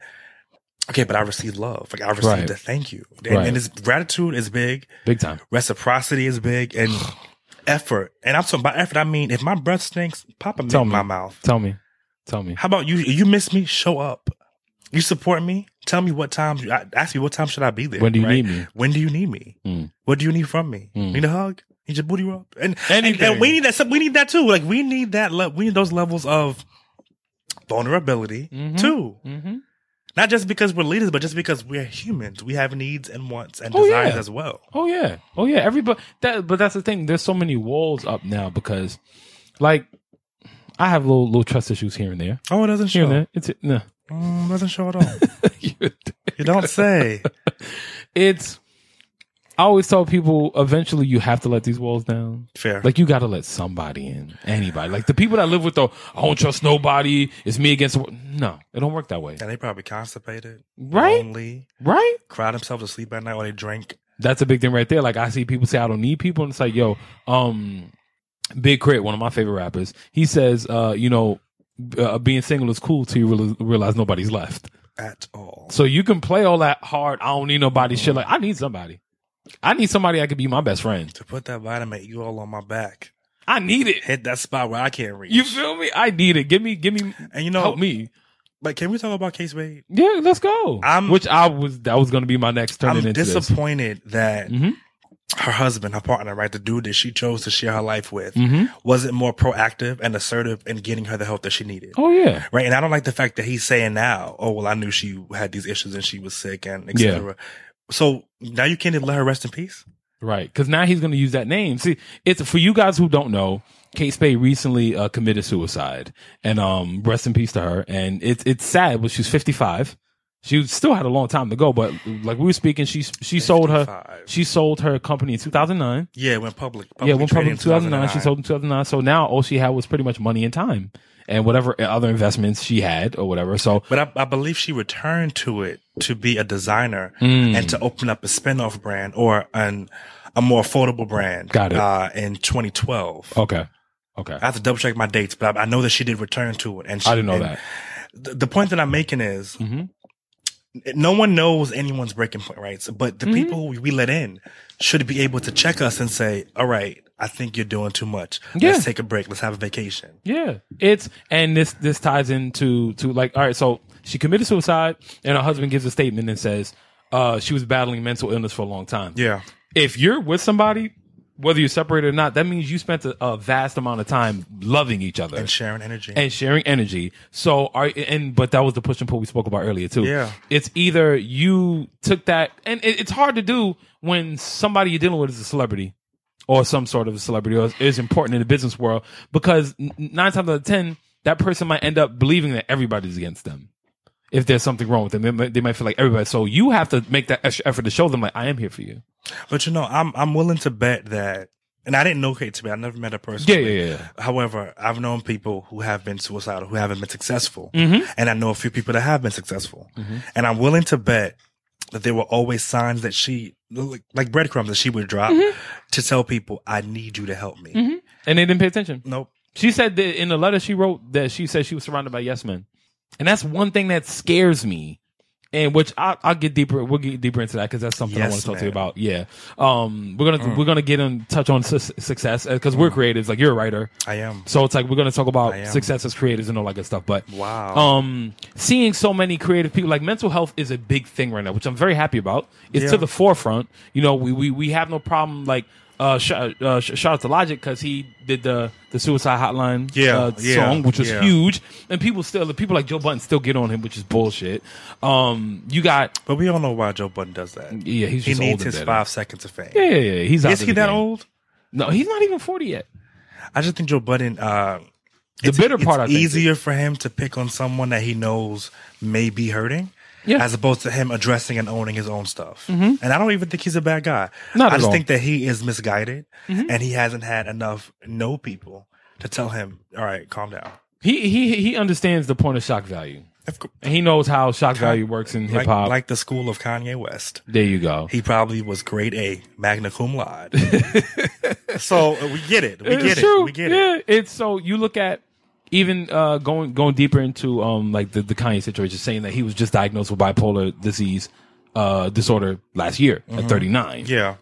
S3: okay, but I received love, like I received
S2: Right.
S3: a thank you, and,
S2: Right.
S3: and it's gratitude is big,
S2: big time.
S3: reciprocity is big, and effort, and I'm talking about effort. I mean, if my breath stinks, pop a mint
S2: Tell
S3: in
S2: me.
S3: my mouth.
S2: Tell me. Tell me.
S3: How about you? You miss me? Show up. You support me? Tell me what time. I- Ask me what time should I be there?
S2: When do you
S3: right?
S2: need me?
S3: When do you need me?
S2: Mm.
S3: What do you need from me?
S2: Mm.
S3: Need a hug? Need your booty rub? And, and and
S2: Anything.
S3: we need that. We need that too. Like we need that. Le- we need those levels of vulnerability
S2: Mhm.
S3: too.
S2: Mm-hmm.
S3: Not just because we're leaders, but just because we're humans. We have needs and wants and
S2: Oh,
S3: desires
S2: yeah.
S3: as well.
S2: Oh yeah. Oh yeah. Everybody. That. But that's the thing. There's so many walls up now because, like, I have little little trust issues here and there.
S3: Oh, it doesn't
S2: Here
S3: show.
S2: and there. It's no.
S3: Mm, doesn't show at all. you don't say.
S2: it's. I always tell people eventually you have to let these walls down.
S3: Fair.
S2: Like you got to let somebody in, anybody. Like the people that live with the I don't trust nobody. It's me against the wo-" no. It don't work that way,
S3: and they probably constipated,
S2: Right?
S3: Lonely,
S2: right?
S3: cry themselves to sleep at night while they drink.
S2: That's a big thing right there. Like I see people say I don't need people, and it's like yo, um, Big Crit, one of my favorite rappers, he says, uh, you know, uh, being single is cool till you realize, realize nobody's left.
S3: at all.
S2: So you can play all that hard. I don't need nobody. Shit, like I need somebody. I need somebody I could be my best friend.
S3: To put that vitamin you all on my back,
S2: I need it.
S3: hit that spot where I can't reach.
S2: You feel me? I need it. Give me, give me,
S3: and you know,
S2: help me.
S3: but can we talk about Case Wade?
S2: Yeah, let's go.
S3: I'm-
S2: Which I was that was going to be my next turn
S3: I'm
S2: it into this.
S3: disappointed that
S2: Mhm.
S3: her husband, her partner, right, the dude that she chose to share her life with,
S2: Mhm.
S3: wasn't more proactive and assertive in getting her the help that she needed.
S2: Oh yeah,
S3: Right. And I don't like the fact that he's saying now, oh, well, I knew she had these issues and she was sick and et
S2: Yeah.
S3: cetera. So now you can't even let her rest in peace?
S2: right. Because now he's going to use that name. See, it's for you guys who don't know. Kate Spade recently uh, committed suicide, and um, rest in peace to her. And it's it's sad, but she's 55. She still had a long time to go, but like we were speaking, she she sold her
S3: 55.
S2: she sold her company in 2009.
S3: Yeah, when public.
S2: yeah, when
S3: traded
S2: probably
S3: in
S2: 2009, she sold in 2009. So now all she had was pretty much money and time and whatever other investments she had or whatever. So
S3: But I, I believe she returned to it to be a designer
S2: Hmm.
S3: and to open up a spinoff brand or an a more affordable brand.
S2: Got it. Oh.
S3: Uh, in 2012.
S2: okay, okay,
S3: I have to double check my dates, but I, I know that she did return to it. And she,
S2: I didn't know
S3: and
S2: that.
S3: th- the point that I'm making is
S2: Mhm. Mm-hmm.
S3: no one knows anyone's breaking point, right? So, but the people we let in should be able to check us and say, all right, I think you're doing too much.
S2: Yeah.
S3: Let's take a break. Let's have a vacation.
S2: Yeah, it's and this this ties into to like all right. So she committed suicide, and her husband gives a statement and says uh, she was battling mental illness for a long time.
S3: Yeah.
S2: if you're with somebody, whether you're separated or not, that means you spent a, a vast amount of time loving each other.
S3: And sharing energy.
S2: and sharing energy. So are and but that was the push and pull we spoke about earlier too.
S3: Yeah.
S2: it's either you took that, and it, it's hard to do when somebody you're dealing with is a celebrity or some sort of a celebrity or is, is important in the business world because n- nine times out of ten that person might end up believing that everybody's against them. If there's something wrong with them, they might, they might feel like everybody. So you have to make that extra effort to show them, like I am here for you.
S3: But you know, I'm I'm willing to bet that, and I didn't know Kate to be. I never met her personally.
S2: yeah, yeah,
S3: However, I've known people who have been suicidal who haven't been successful,
S2: Mm-hmm.
S3: and I know a few people that have been successful. And I'm willing to bet that there were always signs that she, like, like breadcrumbs that she would drop
S2: Mm-hmm.
S3: to tell people, "I need you to help me."
S2: And they didn't pay attention.
S3: Nope.
S2: She said that in the letter she wrote that she said she was surrounded by yes men, and that's one thing that scares me. And which I, I'll get deeper. We'll get deeper into that because that's something I
S3: Yes
S2: want to talk to
S3: men. Mm.
S2: you about. Yeah, um, we're gonna we're gonna get in touch on su- success because we're creatives. Like you're a writer,
S3: I am.
S2: so it's like we're gonna talk about
S3: am.
S2: success as creators and all that good stuff. But
S3: Wow.
S2: um, seeing so many creative people, like mental health is a big thing right now, which I'm very happy about. It's
S3: Yeah.
S2: to the forefront. You know, we we, we have no problem. Like, uh, sh- uh, sh- shout out to Logic because he did the the Suicide Hotline
S3: Yeah,
S2: uh,
S3: yeah,
S2: song, which was
S3: yeah.
S2: huge, and people still the people like Joe Button still get on him, which is bullshit. Um, you got
S3: but we all know why Joe Budden does that.
S2: yeah, he's
S3: he
S2: just old
S3: needs
S2: and
S3: his
S2: bitter.
S3: five seconds of fame.
S2: Yeah, yeah, yeah, he's out
S3: Is
S2: of
S3: he
S2: the
S3: that
S2: game.
S3: old?
S2: No, he's not even forty yet.
S3: I just think Joe Budden. Uh,
S2: The bitter
S3: it's
S2: part, I think, is-
S3: easier for him to pick on someone that he knows may be hurting,
S2: Yeah. Mm-hmm.
S3: as opposed to him addressing and owning his own stuff. And I don't even think he's a bad guy.
S2: Not
S3: I
S2: at
S3: just
S2: all. Mm-hmm.
S3: think that he is misguided, and he hasn't had enough no people to tell him, "All right, calm down."
S2: He he he understands the point of shock value.
S3: Of cou-
S2: And he knows how shock value works in hip
S3: Like,
S2: hop.
S3: like the school of Kanye West,
S2: there you go.
S3: he probably was grade A, magna cum laude. so uh, we get it. We
S2: It's
S3: get it.
S2: true.
S3: We get it.
S2: yeah. It's so you look at even uh, going going deeper into um like the, the Kanye situation, saying that he was just diagnosed with bipolar disease uh disorder last year at 39.
S3: Mm-hmm. Yeah.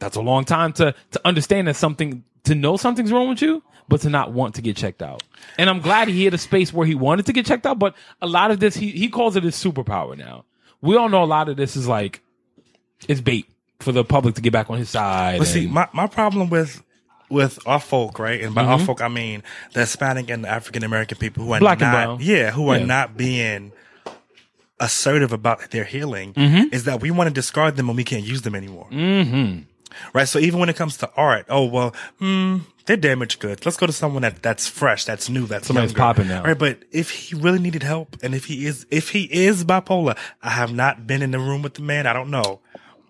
S2: That's a long time to to understand that something to know something's wrong with you, but to not want to get checked out. And I'm glad he had a space where he wanted to get checked out, but a lot of this, he, he calls it his superpower now. We all know a lot of this is like, it's bait for the public to get back on his side.
S3: But see,
S2: and-
S3: my, my problem with with our folk, right? And by our folk, I mean the Hispanic and African American people who are
S2: Mm-hmm. Black and
S3: not,
S2: brown.
S3: yeah, who are
S2: Yeah.
S3: not being assertive about their healing
S2: Mm-hmm.
S3: is that we want to discard them and we can't use them anymore. Mm-hmm. Right. So even when it comes to art, oh well, hmm, they're damaged goods. Let's go to someone that that's fresh, that's new, that's
S2: Somebody's
S3: younger.
S2: popping now.
S3: Right. But if he really needed help, and if he is if he is bipolar, I have not been in the room with the man. I don't know.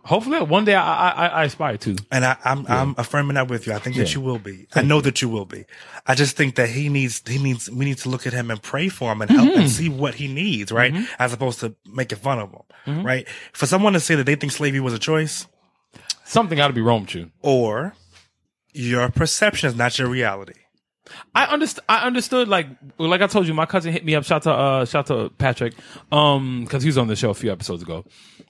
S2: hopefully one day I, I, I- I aspire to.
S3: And I, I'm I'm affirming that with you. I think that
S2: Yeah.
S3: you will be. I know that you will be. I just think that he needs he needs we need to look at him and pray for him and help
S2: Mm-hmm.
S3: and see what he needs, right? As opposed to making fun of him,
S2: Mm-hmm.
S3: right? For someone to say that they think slavery was a choice,
S2: Something got to be wrong with you.
S3: or your perception is not your reality.
S2: I understood. I understood. Like, like I told you, my cousin hit me up. Shout to, uh, shout to Patrick, um, because he was on the show a few episodes ago.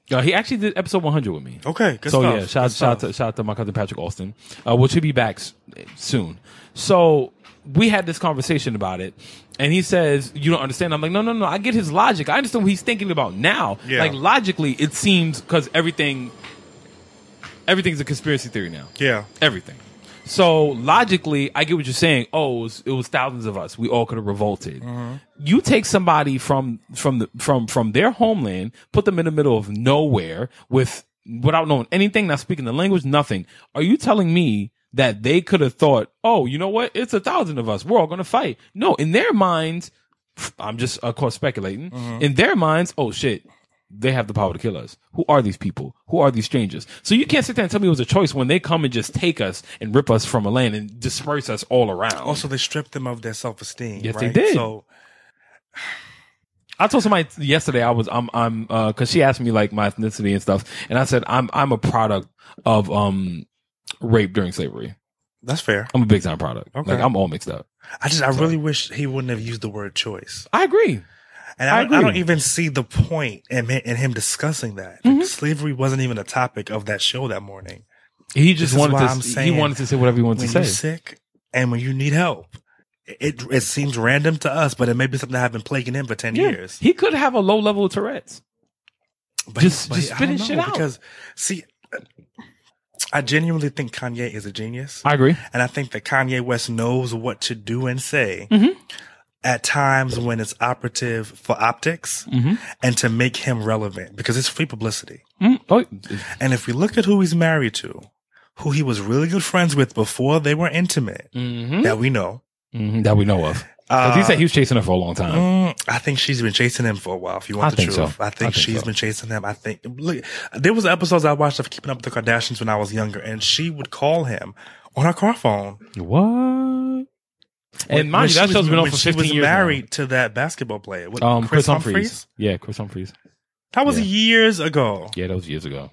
S2: Uh, he actually did episode 100 with me.
S3: Okay, good
S2: so
S3: stuff,
S2: yeah,
S3: good
S2: shout shout
S3: stuff.
S2: to shout to my cousin Patrick Austin, uh, which he'll be back s- soon. So we had this conversation about it, and he says you don't understand. I'm like, no, no, no. I get his logic. I understand what he's thinking about now.
S3: Yeah.
S2: Like logically, it seems because everything, everything's a conspiracy theory now
S3: Yeah,
S2: everything. So logically, I get what you're saying. Oh, it was, it was thousands of us. We all could have revolted. You take somebody from from the from from their homeland, put them in the middle of nowhere with without knowing anything, not speaking the language, nothing. Are you telling me that they could have thought, oh, you know what? It's a thousand of us. We're all gonna fight. No, in their minds, I'm just of course speculating.
S3: Mm-hmm.
S2: In their minds, oh shit, they have the power to kill us. Who are these people? Who are these strangers? So you can't sit there and tell me it was a choice when they come and just take us and rip us from a land and disperse us all around.
S3: Also, they stripped them of their self esteem.
S2: Yes, they
S3: right?
S2: did.
S3: So
S2: I told somebody yesterday I was I'm I'm uh cuz she asked me like my ethnicity and stuff and I said I'm I'm a product of um rape during slavery.
S3: that's fair.
S2: I'm a big time product.
S3: Okay.
S2: Like I'm all mixed up.
S3: I just I really wish he wouldn't have used the word choice.
S2: I agree.
S3: And
S2: I
S3: I, don't- I
S2: agree.
S3: don't even see the point in him, in him discussing that.
S2: Mm-hmm.
S3: Like, slavery wasn't even a topic of that show that morning.
S2: He just
S3: is
S2: wanted
S3: why
S2: to
S3: I'm
S2: he
S3: saying
S2: wanted to say whatever he wanted
S3: When
S2: to
S3: you're
S2: say.
S3: sick and when you need help, it it seems random to us, but it may be something that have been plaguing him for ten
S2: Yeah.
S3: years.
S2: He could have a low level of Tourette's.
S3: But,
S2: just-
S3: but
S2: just
S3: I
S2: spit
S3: don't
S2: his
S3: know,
S2: shit out.
S3: Because see, I genuinely think Kanye is a genius.
S2: I agree.
S3: And I think that Kanye West knows what to do and say
S2: Mm-hmm.
S3: at times when it's operative for optics
S2: Mm-hmm.
S3: and to make him relevant because it's free publicity.
S2: Mm, oh,
S3: And if we look at who he's married to, who he was really good friends with before they were intimate,
S2: Hmm?
S3: that we know, uh,
S2: mhm, that we know of. 'Cause he said he was chasing her for a long time.
S3: Mm, I think she's been chasing him for a while. If you want
S2: I
S3: the
S2: think so.
S3: truth, I
S2: I think
S3: think she's
S2: so.
S3: been chasing him. I think look, there was episodes I watched of Keeping Up with the Kardashians when I was younger, and she would call him on her car phone.
S2: What? And
S3: When
S2: mind you, that
S3: she
S2: show's
S3: was-
S2: been on
S3: when
S2: for
S3: she
S2: 15
S3: was
S2: years. now.
S3: Married to that basketball player, with
S2: Um,
S3: Chris, Humphries.
S2: Yeah, Chris Humphries.
S3: That was
S2: Yeah.
S3: years ago.
S2: Yeah, that was years ago.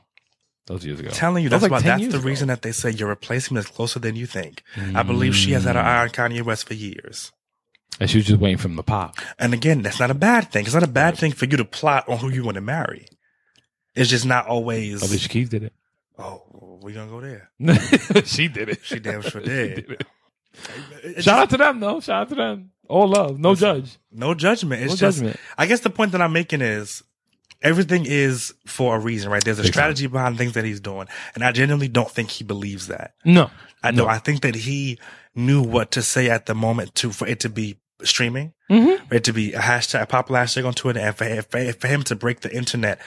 S2: That was years ago.
S3: Telling you
S2: That was
S3: that's
S2: like
S3: why
S2: 10
S3: that's
S2: years
S3: the
S2: ago.
S3: reason that they say your replacement is closer than you think. I believe she has had her eye on Kanye West for years.
S2: Mm. And she was just waiting for him to pop.
S3: And again, that's not a bad thing. It's not a bad thing for you to plot on who you want to marry. It's just not always.
S2: Alicia Keys did
S3: oh, we're gonna go there.
S2: it. she did it.
S3: She damn sure
S2: She
S3: did.
S2: it. Shout
S3: It's just-
S2: out to them, though. Shout out to them. All love. No judge.
S3: no judgment. It's
S2: No
S3: just.
S2: judgment.
S3: I guess the point that I'm making is everything is for a reason, right? There's a
S2: Big time.
S3: strategy behind things that he's doing, and I genuinely don't think he believes that.
S2: No.
S3: I
S2: No.
S3: don't. I think that he knew what to say at the moment to for it to be streaming,
S2: Mhm.
S3: for it to be a hashtag, a popular hashtag on Twitter, and for, for, for him to break the internet.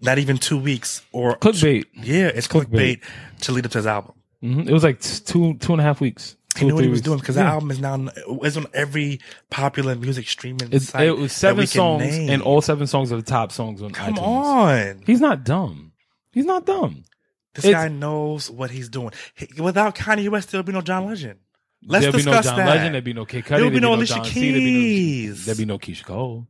S3: Not even two weeks or
S2: Clickbait.
S3: Yeah, it's
S2: Clickbait.
S3: clickbait, to lead up to his album.
S2: Mhm. It was like t- two, two and a half weeks.
S3: He
S2: Two or
S3: knew what
S2: three
S3: he was
S2: weeks.
S3: doing because
S2: Yeah.
S3: that album is now is on every popular music streaming
S2: It's-
S3: site.
S2: it was
S3: that
S2: seven
S3: we can
S2: songs,
S3: name.
S2: and all seven songs are the top songs on
S3: Come
S2: iTunes.
S3: on,
S2: He's not dumb. He's not dumb.
S3: this
S2: It's-
S3: guy knows what he's doing. He- without Kanye West, there'll be no John Legend. Let's
S2: there'd be no
S3: discuss
S2: John
S3: that.
S2: Legend. There'd be no Kid Cudi.
S3: There'd be no
S2: John
S3: Alicia
S2: C, there'd be no,
S3: Keys.
S2: there'd be no Keisha Cole.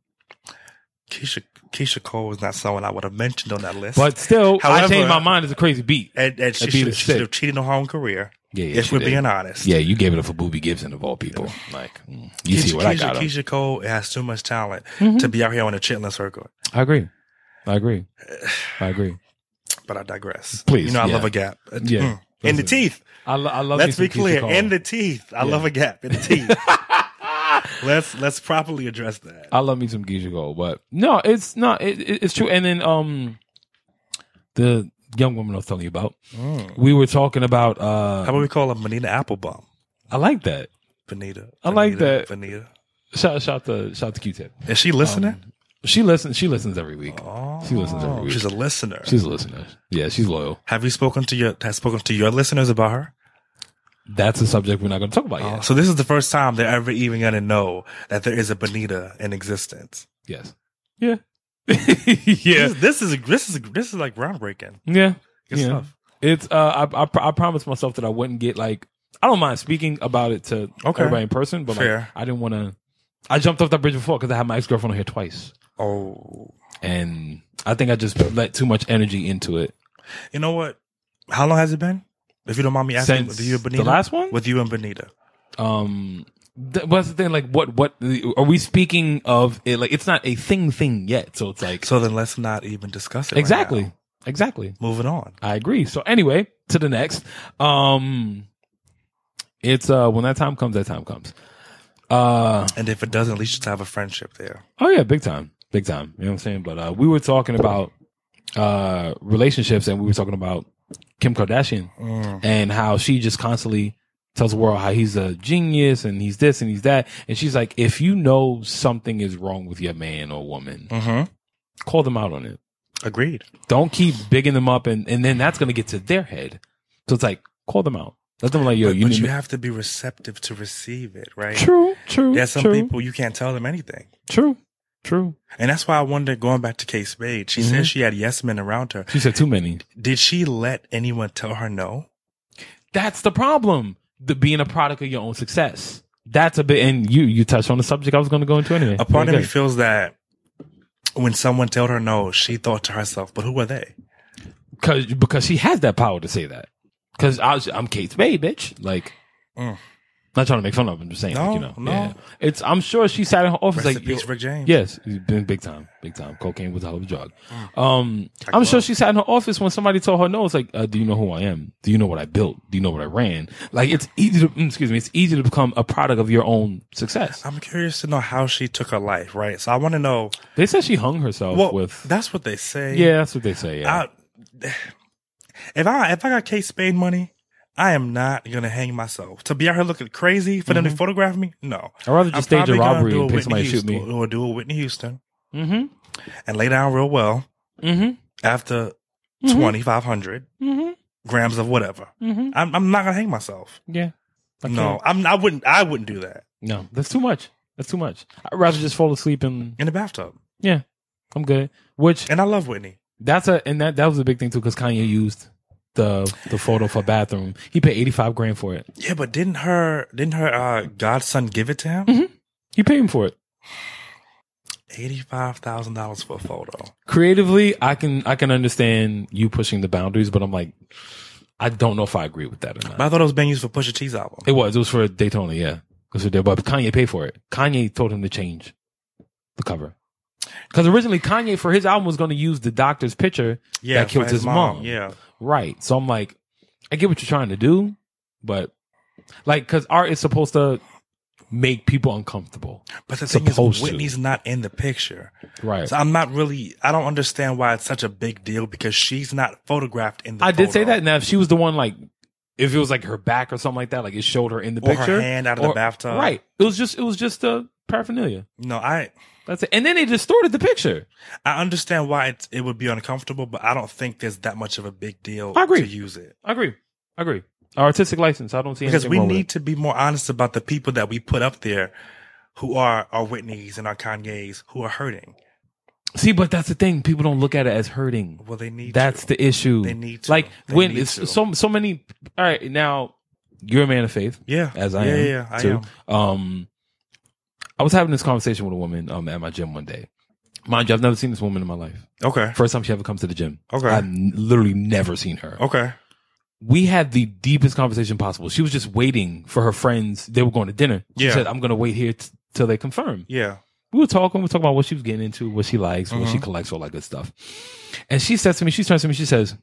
S3: Keisha Keisha Cole is not someone I would have mentioned on that list.
S2: But still, I
S3: However-
S2: changed my mind. It's a crazy beat.
S3: and, and she
S2: That'd be
S3: should,
S2: the
S3: she should
S2: sick.
S3: have cheated on her own career.
S2: Yeah, yeah,
S3: if
S2: she
S3: we're
S2: did.
S3: being honest.
S2: Yeah, you gave it up for Booby Gibson of all people. Like, mm, you see
S3: Keisha,
S2: what I got.
S3: Keisha,
S2: on.
S3: Keisha Cole has too much talent to be out here on a chitlin circle.
S2: I agree. I agree. I agree.
S3: But I digress.
S2: Please,
S3: you know I
S2: yeah.
S3: love a gap.
S2: Yeah.
S3: Mm. in the
S2: Listen,
S3: teeth.
S2: I, lo- I love.
S3: Let's
S2: me
S3: be
S2: some Keisha
S3: clear,
S2: Cole.
S3: in the teeth. I love a gap in the teeth.
S2: Ah!
S3: let's let's properly address that.
S2: I love me some Geisha Gold, but no, it's not. It, it- it's true. And then um, the young woman I was telling you about, we were talking about.
S3: Mm. How
S2: uh
S3: about we call her Benita Applebaum?
S2: I like that.
S3: Benita.
S2: I like
S3: Benita,
S2: that.
S3: Benita.
S2: Shout shout the shout to Q-Tip. Um,
S3: Is she listening?
S2: She listens. She listens every week. Um, she listens every
S3: oh,
S2: week.
S3: she's a listener.
S2: She's a listener. Yeah, she's loyal.
S3: have you spoken to your has spoken to your listeners about her?
S2: That's a subject we're not going to talk about yet.
S3: So this is the first time they're ever even gonna know that there is a Benita in existence.
S2: Yes. Yeah. yeah.
S3: This, this is this is this is like groundbreaking.
S2: Yeah.
S3: Good
S2: yeah.
S3: stuff.
S2: It's uh, I, I pr- I promised myself that I wouldn't get like I don't mind speaking about it to
S3: Okay.
S2: everybody in person, but like
S3: Fair.
S2: I didn't want to. I jumped off that bridge before because I had my ex girlfriend on here twice,
S3: Oh,
S2: and I think I just let too much energy into it.
S3: you know what? How long has it been? If you don't mind me asking,
S2: Since
S3: with you and Benita,
S2: the last one?
S3: with you and Benita.
S2: Um, th- what's the thing? Like, what what are we speaking of? It like it's not a thing thing yet, so it's like
S3: So then let's not even discuss it. right
S2: exactly,
S3: now.
S2: exactly.
S3: Moving on.
S2: I agree. So anyway, to the next. Um it's uh when that time comes, that time comes. Uh
S3: And if it doesn't, at least you have a friendship there.
S2: oh yeah, big time. Big time. You know what I'm saying? But uh we were talking about uh relationships and we were talking about Kim Kardashian
S3: Mm.
S2: and how she just constantly tells the world how he's a genius and he's this and he's that. And she's like, if you know something is wrong with your man or woman,
S3: Mm-hmm.
S2: call them out on it.
S3: Agreed.
S2: Don't keep bigging them up and, and then that's gonna get to their head. So it's like, call them out. Let them like, yo,
S3: but
S2: you
S3: but
S2: need
S3: you
S2: to-
S3: have to be receptive to receive it, right?
S2: True, true.
S3: There's some
S2: true,
S3: people you can't tell them anything.
S2: True, true.
S3: And that's why I wonder, going back to Kay Spade, she
S2: Mm-hmm.
S3: said she had yes men around her.
S2: She said too many.
S3: Did she let anyone tell her no?
S2: That's the problem. The being a product of your own success. That's a bit. And you you touched on the subject I was going to go into anyway.
S3: A part of
S2: Very
S3: me
S2: good.
S3: feels that when someone told her no, she thought to herself, but who are they?
S2: Cause, because she has that power to say that. Because I'm Kate's Bay, bitch. Like.
S3: Mm.
S2: Not trying to make fun of him, just saying, like,
S3: No,
S2: you know,
S3: no.
S2: yeah. It's. I'm sure she sat in her office
S3: Rest in
S2: like, yo-
S3: peace, Rick James.
S2: yes, he's been big time, big time. Cocaine was a hell of a drug. Um,
S3: Mm. Like,
S2: I'm sure
S3: wow.
S2: she sat in her office when somebody told her no. It's like, uh, do you know who I am? Do you know what I built? Do you know what I ran? Like, it's easy to mm, excuse me. It's easy to become a product of your own success.
S3: I'm curious to know how she took her life, right? So I want to know.
S2: They said she hung herself
S3: Well,
S2: with.
S3: that's what they say.
S2: Yeah, that's what they say. Yeah,
S3: I, if I if I got Kate Spade money, I am not gonna hang myself. To be out here looking crazy for them to photograph me, no.
S2: Mm-hmm. I'd rather just
S3: I'm
S2: stage a
S3: probably gonna
S2: robbery
S3: do
S2: and pick
S3: Whitney
S2: somebody to shoot
S3: Houston,
S2: me.
S3: or do a Whitney Houston
S2: Mm-hmm.
S3: and lay down real well
S2: Mm-hmm.
S3: after
S2: Mhm.
S3: five hundred
S2: Mm-hmm.
S3: grams of whatever.
S2: Mm-hmm.
S3: I'm, I'm not gonna hang myself.
S2: Yeah. I
S3: No,
S2: can't.
S3: I'm. I wouldn't. I wouldn't do that
S2: no, that's too much. That's too much. I'd rather just fall asleep and
S3: in the bathtub.
S2: yeah, I'm good. Which
S3: And I love Whitney.
S2: That's a and that that was a big thing too because Kanye used the the photo for bathroom. He paid eighty five grand for it.
S3: Yeah, but didn't her didn't her uh, godson give it to him?
S2: He paid him for it. Mm-hmm.
S3: five thousand dollars for a photo.
S2: Creatively, I can I can understand you pushing the boundaries, but I'm like, I don't know if I agree with that or
S3: But
S2: not.
S3: I thought it was being used for Pusha T's album.
S2: It was it was for Daytona, yeah. It was for Day- but Kanye paid for it. Kanye told him to change the cover because originally Kanye for his album was going to use the doctor's picture
S3: Yeah,
S2: that killed
S3: for
S2: his, mom.
S3: Yeah.
S2: Right. So I'm like, I get what you're trying to do, but like, cause art is supposed to make people uncomfortable.
S3: But the thing
S2: Supposed
S3: is,
S2: to.
S3: Whitney's not in the picture.
S2: Right.
S3: So I'm not really, I don't understand why it's such a big deal because she's not photographed in the
S2: I did say
S3: photo.
S2: that. Now, if she was the one, like, if it was like her back or something like that, like it showed her in the
S3: Or her
S2: picture,
S3: hand out of the bathtub.
S2: Right. It was just, it was just a paraphernalia.
S3: No, I,
S2: That's it. And then they distorted the picture.
S3: I understand why it, it would be uncomfortable, but I don't think there's that much of a big deal
S2: I agree.
S3: to use it.
S2: I agree. I agree. Artistic license. I don't see
S3: Because
S2: anything
S3: we
S2: wrong with
S3: need to be more honest about the people that we put up there who are our Whitney's and our Kanye's who are hurting.
S2: it. See, but that's the thing. People don't look at it as hurting.
S3: Well, they need
S2: That's
S3: to.
S2: the issue.
S3: They need to.
S2: Like
S3: They
S2: when
S3: need
S2: it's
S3: to.
S2: so so many. All right, now you're a man of faith,
S3: Yeah.
S2: as I
S3: yeah,
S2: am.
S3: Yeah, yeah, I
S2: too.
S3: am.
S2: Um, I was having this conversation with a woman um at my gym one day. Mind you, I've never seen this woman in my life.
S3: Okay.
S2: First time she ever comes to the gym.
S3: Okay.
S2: I've n- literally never seen her.
S3: Okay.
S2: We had the deepest conversation possible. She was just waiting for her friends. They were going to dinner. She
S3: Yeah.
S2: said, "I'm going to wait here t- till they confirm."
S3: Yeah.
S2: we were talking, we were talking about what she was getting into, what she likes, what
S3: Mm-hmm.
S2: she collects, all that good stuff. And she says to me, she turns to me, she says,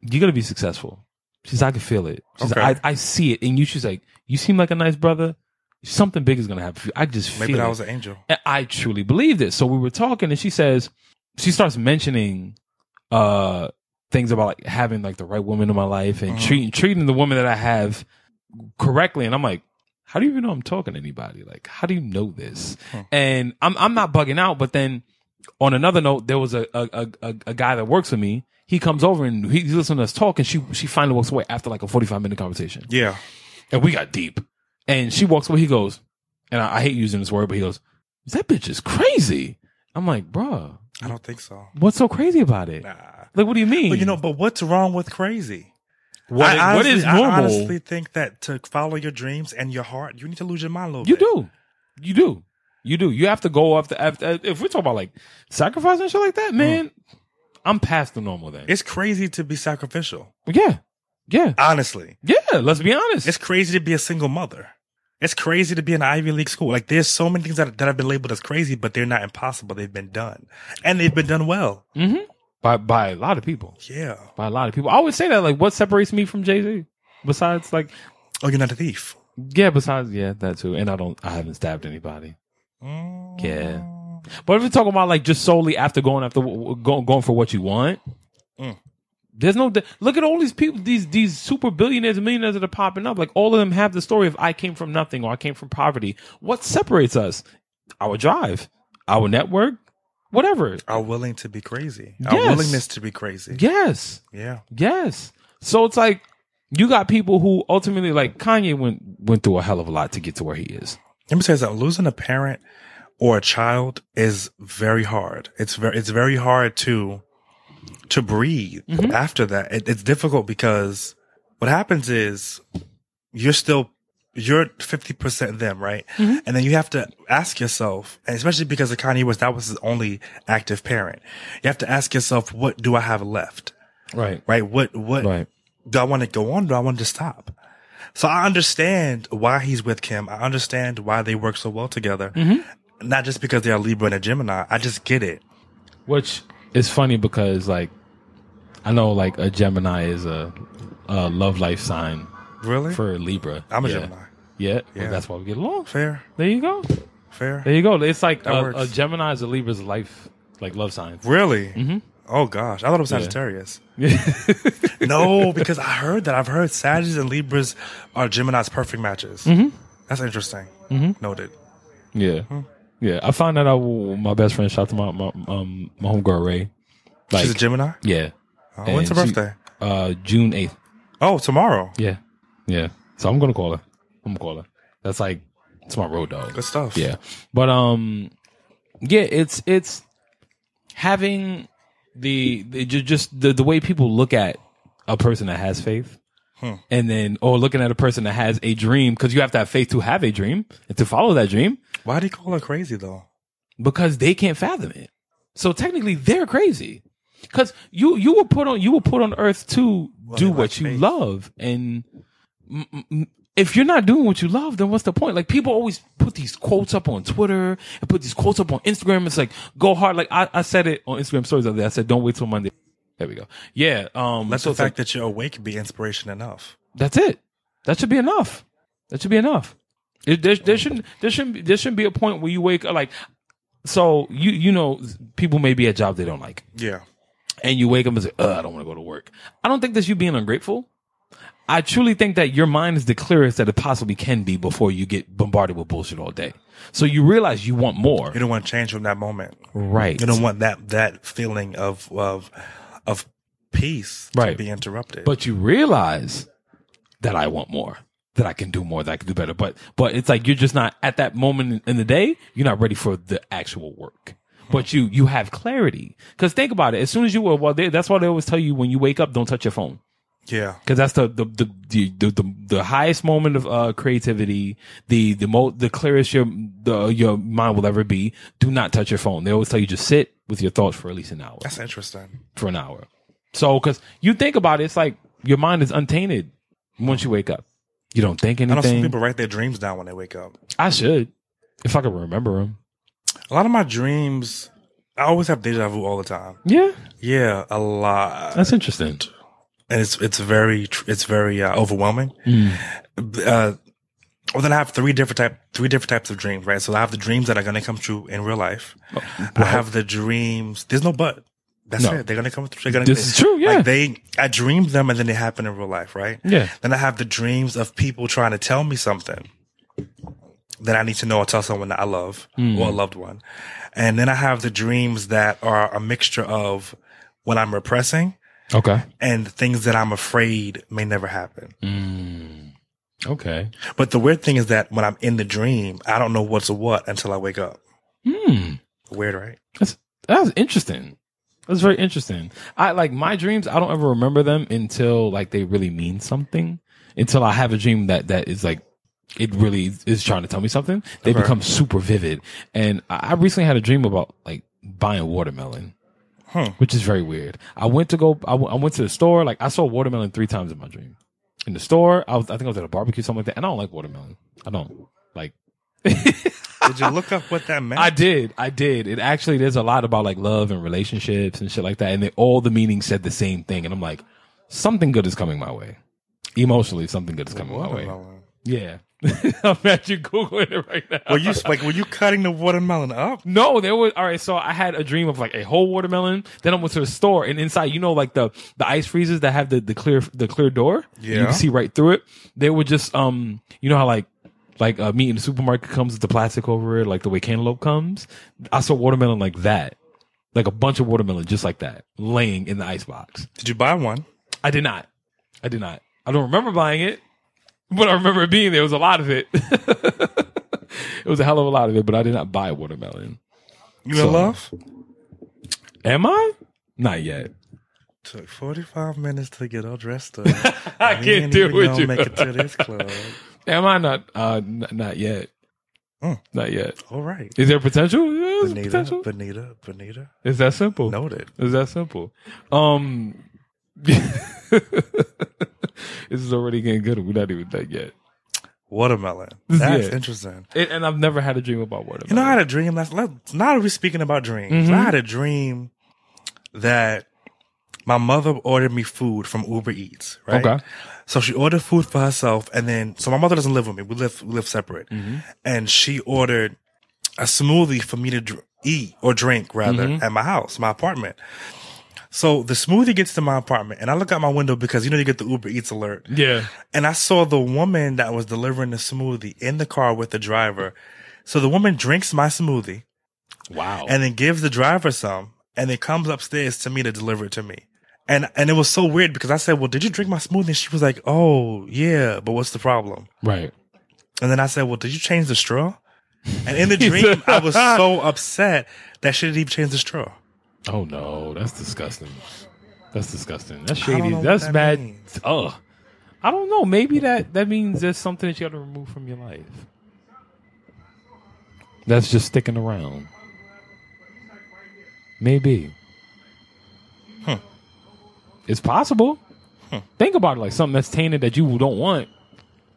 S2: You're gonna be successful. She's, I can feel it. She's,
S3: Okay.
S2: I, I see it in you. She's like, you seem like a nice brother. Something big is gonna happen. For you. I just
S3: Maybe
S2: feel
S3: that
S2: it.
S3: was an angel.
S2: And I truly believe this. So we were talking and she says, she starts mentioning, uh, things about like having like the right woman in my life and
S3: Mhm.
S2: treating, treating the woman that I have correctly. And I'm like, how do you even know I'm talking to anybody? Like, how do you know this?
S3: Hmm.
S2: And I'm, I'm not bugging out, but then on another note, there was a, a, a- a, a guy that works with me. He comes over and he listens to us talk and she, she finally walks away after like a 45 minute conversation
S3: Yeah.
S2: and we got deep. And she walks away. He goes, and I, I hate using this word, but he goes, "That bitch is crazy." I'm like, bruh,
S3: I don't think so.
S2: what's so crazy about it?
S3: Nah.
S2: Like, what do you mean?
S3: But you know, but what's wrong with crazy?
S2: what,
S3: I
S2: what is
S3: honestly-
S2: normal?
S3: I honestly think that to follow your dreams and your heart, you need to lose your mind a little
S2: you
S3: bit.
S2: do, you do, you do. You have to go after. after if we're talking about like sacrifice and shit like that, man, I'm past the normal then.
S3: Mm. It's crazy to be sacrificial.
S2: yeah, yeah,
S3: Honestly,
S2: yeah. Let's be honest.
S3: it's crazy to be a single mother. It's crazy to be in an Ivy League school. Like there's so many things that, that have been labeled as crazy, but they're not impossible. They've been done, and they've been done well.
S2: hmm By by a lot of people.
S3: Yeah.
S2: By a lot of people. I always say that. Like, what separates me from Jay Z? Besides, like,
S3: Oh, you're not a thief.
S2: yeah. Besides, yeah, that too. And I don't. I haven't stabbed anybody.
S3: Mm.
S2: Yeah. But if you're talking about like just solely after going after going going for what you want,
S3: Mm.
S2: there's no look at all these people these these super billionaires and millionaires that are popping up. Like all of them have the story of I came from nothing or I came from poverty. What separates us? Our drive, our network, whatever.
S3: Are willing to be crazy. Our
S2: Yes.
S3: willingness to be crazy.
S2: Yes.
S3: Yeah.
S2: Yes. So it's like you got people who ultimately like Kanye went went through a hell of a lot to get to where he is.
S3: Let me say this: losing a parent or a child is very hard. It's very it's very hard to to breathe
S2: Mhm.
S3: after that. It, it's difficult because what happens is you're still you're fifty percent them, right?
S2: Mhm.
S3: And then you have to ask yourself, and especially because of Kanye West, that was his only active parent. You have to ask yourself, what do I have left?
S2: Right.
S3: Right? What what
S2: Right.
S3: do I want to go on? Do I want to stop? So I understand why he's with Kim. I understand why they work so well together.
S2: Mm-hmm.
S3: Not just because they are Libra and a Gemini. I just get it.
S2: Which is funny because like I know like a Gemini is a, a love life sign
S3: Really?
S2: for Libra.
S3: I'm a
S2: Yeah.
S3: Gemini.
S2: Yeah. Well,
S3: Yeah.
S2: that's why we get along.
S3: Fair,
S2: There you go.
S3: fair.
S2: There you go. It's like
S3: That
S2: a,
S3: works.
S2: a Gemini is a Libra's life like love signs.
S3: Really? Mm-hmm. Oh gosh, I thought it was
S2: Yeah.
S3: Sagittarius. no, because I heard that. I've heard Sagittarius and Libras are Gemini's perfect matches. Mm-hmm. That's interesting. Mm-hmm. Noted.
S2: Yeah.
S3: Hmm.
S2: Yeah. I found that out with my best friend shout out to my, my um my homegirl Ray. Like
S3: She's a Gemini.
S2: Yeah.
S3: Oh, when's her
S2: And she-
S3: birthday?
S2: Uh June eighth.
S3: Oh, tomorrow.
S2: Yeah. Yeah. So I'm gonna call her. I'm gonna call her. That's like it's my road dog.
S3: Good stuff.
S2: Yeah. But um yeah, it's it's having the, the ju- just the, the way people look at a person that has faith. And then, or looking at a person that has a dream, because you have to have faith to have a dream and to follow that dream,
S3: Why do you call her crazy though?
S2: because they can't fathom it. So technically, they're crazy, because you you were put on you were put on earth to
S3: they
S2: do
S3: lack
S2: what you
S3: faith.
S2: love, and mm, mm, mm, if you're not doing what you love, then what's the point? Like people always put these quotes up on Twitter and put these quotes up on Instagram. It's like go hard. Like I, I said it on Instagram stories the other day. I said don't wait till Monday. There we go. Yeah. Um.
S3: Let
S2: so
S3: the
S2: it's like,
S3: fact that you're awake be inspiration enough.
S2: that's it. That should be enough. That should be enough. It, there, there shouldn't there shouldn't be- there shouldn't be a point where you wake up like so you you know people may be at jobs they don't like
S3: Yeah.
S2: and you wake up and say Ugh, I don't want to go to work. I don't think that's you being ungrateful. I truly think that your mind is the clearest that it possibly can be before you get bombarded with bullshit all day. So you realize you want more.
S3: You don't want to change from that moment.
S2: Right.
S3: You don't want that that feeling of of of peace
S2: Right.
S3: to be interrupted.
S2: but you realize that I want more, that I can do more, that I can do better. But but it's like you're just not at that moment in- in the day. You're not ready for the actual work. But you you have clarity because think about it. As soon as you were well, they, that's why they always tell you when you wake up, don't touch your phone
S3: yeah,
S2: because that's the the, the the the the the highest moment of uh creativity, the the mo the clearest your the your mind will ever be. Do not touch your phone. They always tell you just sit with your thoughts for at least an hour
S3: that's interesting.
S2: for an hour. So, because you think about it, it's like your mind is untainted once you wake up. You don't think
S3: I know some
S2: anything.
S3: people write their dreams down when they wake up.
S2: I should, if I could remember them.
S3: A lot of my dreams, I always have deja vu all the time.
S2: Yeah,
S3: Yeah, a lot.
S2: Uh, that's interesting.
S3: and it's it's very tr- it's very uh, overwhelming.
S2: Mm.
S3: Uh, well, then I have three different type three different types of dreams, right? So I have the dreams that are going to come true in real life. I have the dreams. There's no but. That's
S2: Oh, No.
S3: it. They're gonna come through. They're gonna.
S2: This is true, yeah.
S3: Like they, I dreamed them, and then they happen in real life, right?
S2: Yeah.
S3: Then I have the dreams of people trying to tell me something that I need to know or tell someone that I love
S2: Hmm.
S3: or a loved one. And then I have the dreams that are a mixture of what I'm repressing
S2: Okay.
S3: and things that I'm afraid may never happen.
S2: Mm, Okay.
S3: But the weird thing is that when I'm in the dream, I don't know what's what until I wake up.
S2: Hmm.
S3: Weird, right?
S2: That's that's interesting. That's very interesting. I like my dreams. I don't ever remember them until like they really mean something. Until I have a dream that that is like it really is trying to tell me something. They
S3: Okay.
S2: become super vivid. And I I recently had a dream about like buying watermelon,
S3: Hmm.
S2: which is very weird. I went to go. I w- I went to the store. Like I saw watermelon three times in my dream. In the store, I was. I think I was at a barbecue, something like that. And I don't like watermelon. I don't like.
S3: Did you look up what that meant?
S2: I did. I did. It actually, there's a lot about like love and relationships and shit like that. And they, all the meanings said the same thing. And I'm like, something good is coming my way. Emotionally, something good is coming my way.
S3: Watermelon.
S2: Yeah. I'm at you Googling it right now.
S3: Were you like were you cutting the watermelon up?
S2: No, there was all right. So I had a dream of like a whole watermelon. Then I went to the store, and inside, you know, like the the ice freezers that have the the clear the clear door. you
S3: Yeah.
S2: can see right through it. They were just um, you know how like like uh, meat in the supermarket comes with the plastic over it, like the way cantaloupe comes. I saw watermelon like that, like a bunch of watermelon just like that, laying in the ice box.
S3: Did you buy one?
S2: I did not. I did not. I don't remember buying it, but I remember it being there. It was a lot of it. it was a hell of a lot of it, but I did not buy watermelon.
S3: You
S2: So-
S3: in love?
S2: Am I? Not yet.
S3: Took forty five minutes to get all dressed up.
S2: I
S3: We
S2: can't
S3: ain't
S2: deal
S3: even
S2: with
S3: gonna
S2: you.
S3: Make it to this club.
S2: Am I not? Uh, n- not yet.
S3: Mm.
S2: Not yet.
S3: All right,
S2: Is there potential? Yeah, there's
S3: Benita,
S2: potential.
S3: Benita, Benita.
S2: Is that simple?
S3: Noted.
S2: Is that simple? Um, this is already getting good. We're not even done yet.
S3: Watermelon.
S2: This-
S3: That's
S2: yeah.
S3: interesting.
S2: It, and I've never had a dream about Mm-hmm. watermelon.
S3: You know, I had a dream last. let- Now that we're speaking about dreams, I had a dream that my mother ordered me food from Uber Eats. Right.
S2: Okay.
S3: So she ordered food for herself, and then so my mother doesn't live with me. We live we live separate,
S2: Mm-hmm.
S3: and she ordered a smoothie for me to dr- eat or drink rather
S2: Mm-hmm.
S3: at my house, my apartment. So the smoothie gets to my apartment, and I look out my window because you know you get the Uber Eats alert.
S2: Yeah.
S3: And I saw the woman that was delivering the smoothie in the car with the driver. So the woman drinks my smoothie
S2: Wow.
S3: and then gives the driver some and then comes upstairs to me to deliver it to me. And and it was so weird because I said, Well, did you drink my smoothie? And she was like, Oh, yeah, but what's the problem?
S2: right.
S3: And then I said, Well, did you change the straw? And in the dream, I was so upset that she didn't even change the straw.
S2: Oh no, that's disgusting. That's disgusting. That's
S3: don't
S2: shady.
S3: know what
S2: That's
S3: that
S2: bad.
S3: means.
S2: Ugh. I don't know. Maybe that that means there's something that you got to remove from your life. That's just sticking around. Maybe. It's possible. Think about it like something that's tainted that you don't want,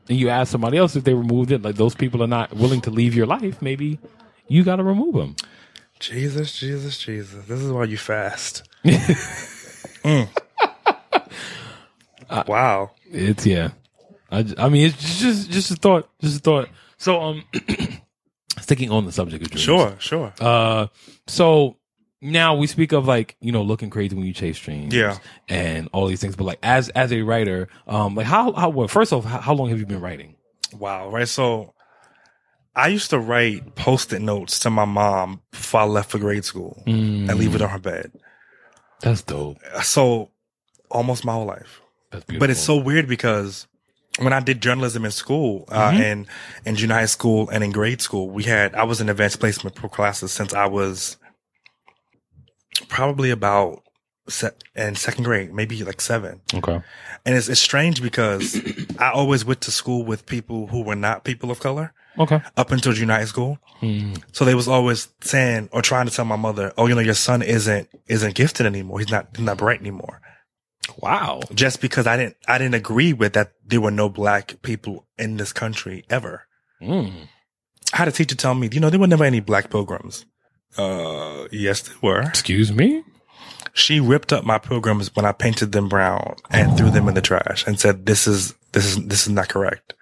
S2: and you ask somebody else if they removed it. Like those people are not willing to leave your life. Maybe you got to remove them.
S3: Jesus, Jesus, Jesus. This is why you fast. Mm. wow.
S2: It's yeah. I, j- I mean, it's just just a thought, just a thought. So um, sticking on the subject of dreams.
S3: Sure, sure.
S2: Uh, so now we speak of like you know looking crazy when you chase dreams.
S3: Yeah.
S2: And all these things, but like as as a writer, um, like how how well, first off, how, how long have you been writing?
S3: Wow, right? So I used to write post it notes to my mom before I left for grade school and leave it on her bed.
S2: That's dope.
S3: So almost my whole life.
S2: That's beautiful.
S3: But it's so weird because when I did journalism in school, uh, in, in junior high school and in grade school, we had, I was in advanced placement pro classes since I was probably about se- in second grade, maybe like seven.
S2: okay.
S3: And it's, it's strange because I always went to school with people who were not people of color
S2: Okay.
S3: up until junior high school. So they was always saying or trying to tell my mother, "Oh, you know, your son isn't isn't gifted anymore. He's not he's not bright anymore."
S2: Wow.
S3: Just because I didn't I didn't agree with that there were no black people in this country ever.
S2: Mm.
S3: I had a teacher tell me, "You know, there were never any black pilgrims." Uh, yes, there were.
S2: Excuse me.
S3: She ripped up my pilgrims when I painted them brown and threw them in the trash and said, "This is this is this is not correct."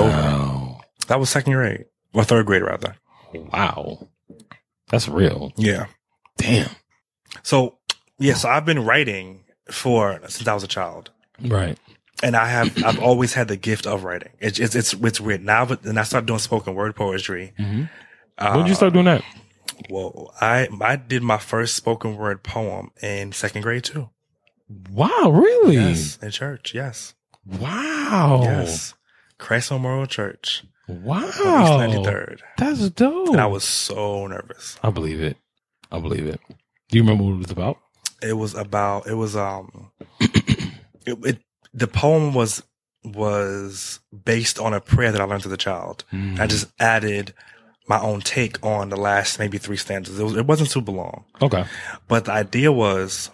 S4: Wow.
S3: That was second grade or third grade rather.
S4: Wow. That's real.
S3: Yeah.
S4: Damn.
S3: So yeah, so I've been writing for since I was a child.
S2: Right.
S3: and I have I've always had the gift of writing. It's it's it's, it's weird now, but then I started doing spoken word poetry.
S2: Mhm.
S3: Uh,
S2: When did you start doing that?
S3: Well, I I did my first spoken word poem in second grade too.
S2: Wow, really?
S3: Yes, in church. Yes,
S2: Wow.
S3: yes. Christ Memorial Church, on East
S2: Wow.
S3: 93rd.
S2: That's dope.
S3: And I was so nervous.
S2: I believe it. I believe it. Do you remember what it was about?
S3: It was about it was um it, it the poem was was based on a prayer that I learned as a child. I just added my own take on the last maybe three stanzas. It, was, it wasn't super long,
S2: Okay.
S3: but the idea was,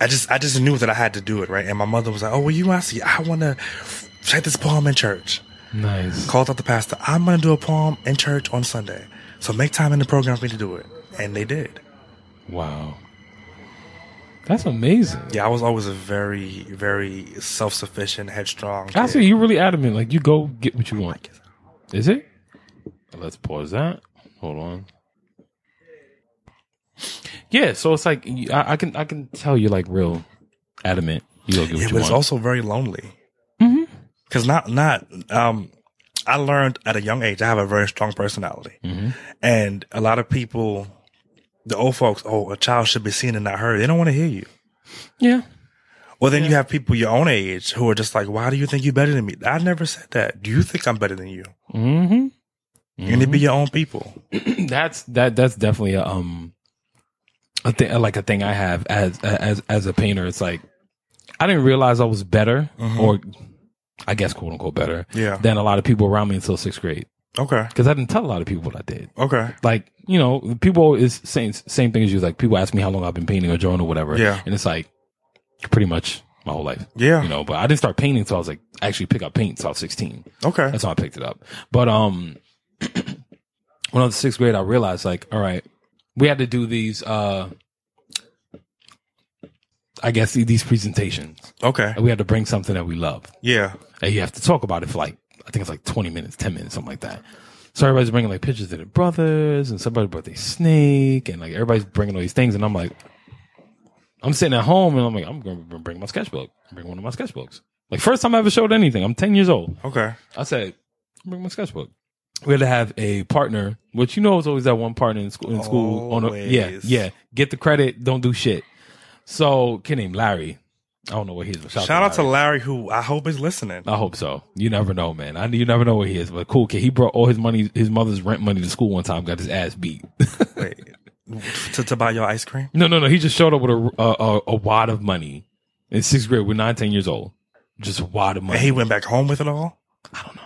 S3: I just I just knew that I had to do it right. And my mother was like, "Oh, well, you want to see? I want to recite this poem in church."
S2: Nice.
S3: Called out the pastor. I'm going to do a poem in church on Sunday, so make time in the program for me to do it. And they did.
S2: Wow. That's amazing.
S3: Yeah, I was always a very very self sufficient, headstrong. kid.
S2: Actually, you're really adamant. Like you go get what you want. Is it? Let's pause that. Hold on. Yeah, so it's like you- I, I can I can tell you're like real adamant. You go get what
S3: It
S2: you
S3: was
S2: want.
S3: also very lonely.
S2: Mhm.
S3: Cause not, not, um, I learned at a young age, I have a very strong personality
S2: Mhm.
S3: and a lot of people, the old folks, oh, a child should be seen and not heard. They don't want to hear you.
S2: Yeah.
S3: Well, then you have people your own age who are just like, why do you think you're better than me? I never said that. Do you think I'm better than you?
S2: hmm
S3: You
S2: Mm-hmm.
S3: need to be your own people.
S2: that's that that's definitely a um a thing like a thing I have as as as a painter. It's like I didn't realize I was better or I guess quote unquote better
S3: Mm-hmm. Yeah.
S2: than a lot of people around me until sixth grade
S3: Okay.
S2: because I didn't tell a lot of people what I did.
S3: Okay.
S2: Like you know, people is saying same thing as you. Like people ask me how long I've been painting or drawing or whatever.
S3: Yeah.
S2: and it's like pretty much my whole life.
S3: Yeah.
S2: You know, but I didn't start painting until I was like actually pick up paint until I was sixteen.
S3: Okay.
S2: That's how I picked it up. But um, when I was in sixth grade, I realized like, all right, we had to do these. uh I guess these presentations,
S3: okay.
S2: and we had to bring something that we love,
S3: Yeah.
S2: and you have to talk about it for like I think it's like twenty minutes, ten minutes, something like that. So everybody's bringing like pictures of their brothers, and somebody brought their snake, and like everybody's bringing all these things, and I'm like, I'm sitting at home, and I'm like, I'm going to bring my sketchbook, bring one of my sketchbooks. Like first time I ever showed anything, I'm ten years old.
S3: Okay.
S2: I said, bring my sketchbook. We had to have a partner, which you know is always that one partner in school. In school, on a, yeah,
S3: Always.
S2: yeah. Get the credit, don't do shit. So, kid named Larry. I don't know what he is. But shout,
S3: Shout out to
S2: Larry.
S3: Larry, who I hope is listening.
S2: I hope so. You never know, man. I you never know where he is, but cool kid. He brought all his money, his mother's rent money to school one time. Got his ass beat.
S3: Wait, to, to buy your ice cream?
S2: no, no, no. He just showed up with a a, a, a wad of money in sixth grade. We're nine, ten years old. Just a wad of money.
S3: And he went back home with it all?
S2: I don't know.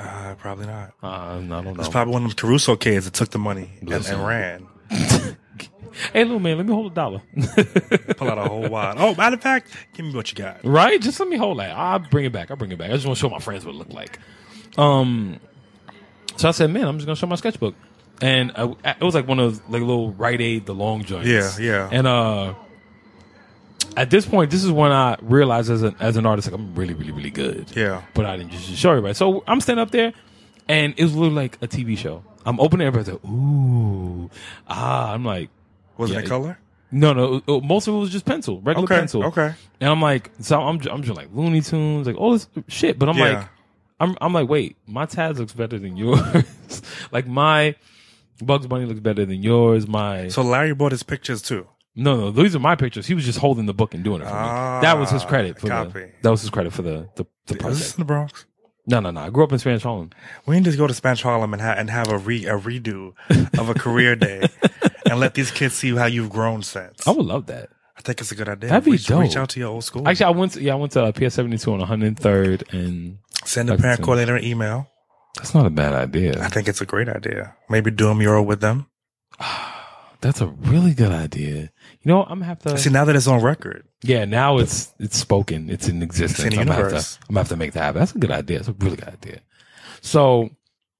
S3: Uh, probably not.
S2: Uh, I don't know.
S3: It's probably one of them Caruso kids that took the money and,
S2: Listen.
S3: and ran.
S2: hey, little man, let me hold a dollar.
S3: Pull out a whole wad. Oh, matter of fact, give me what you got.
S2: Right? Just let me hold that. I'll bring it back. I'll bring it back. I just want to show my friends what it looked like. Um, so I said, man, I'm just gonna show my sketchbook, and I, it was like one of those like little Rite Aid the long joints.
S3: Yeah, yeah.
S2: And uh, at this point, this is when I realized as an as an artist, like I'm really, really, really good.
S3: Yeah.
S2: But I didn't just show everybody. So I'm standing up there, and it was literally like a TV show. I'm opening, everybody's like, ooh, ah. I'm like,
S3: Was
S2: Yeah,
S3: it
S2: it-
S3: a color?
S2: no, no. it- Most of it was just pencil, regular
S3: Okay,
S2: pencil.
S3: okay.
S2: And I'm like, so I'm, ju- I'm just like Looney Tunes, like all this shit. But I'm
S3: Yeah.
S2: like, I'm, I'm like, wait, my Taz looks better than yours. like my Bugs Bunny looks better than yours. My
S3: So Larry bought his pictures too.
S2: no, no, these are my pictures. He was just holding the book and doing it for
S3: Ah,
S2: me. That was his credit for
S3: copy.
S2: the. That was his credit for the the, the
S3: Is this
S2: project.
S3: in the Bronx?
S2: No, no, no. I grew up in Spanish Holland.
S3: We can just go to Spanish Harlem and, ha- and have a re a redo of a career day and let these kids see how you've grown since.
S2: I would love that.
S3: I think it's a good idea.
S2: Oh. That'd be
S3: reach,
S2: dope.
S3: reach out to your old school.
S2: Actually, I went. To, yeah, I went to uh, PS seventy two on one hundred third, and
S3: Send a
S2: Like
S3: parent
S2: to-
S3: coordinator an email.
S2: that's not a bad
S3: I
S2: idea.
S3: think it's a great idea. Maybe do a mural with them.
S2: That's a really good idea. You know, I'm gonna have to.
S3: See, now that it's on record,
S2: Yeah, now it's it's spoken. It's in existence.
S3: It's in
S2: I'm, gonna have to,
S3: universe.
S2: I'm gonna have to make that happen. That's a good idea. That's a really good idea. So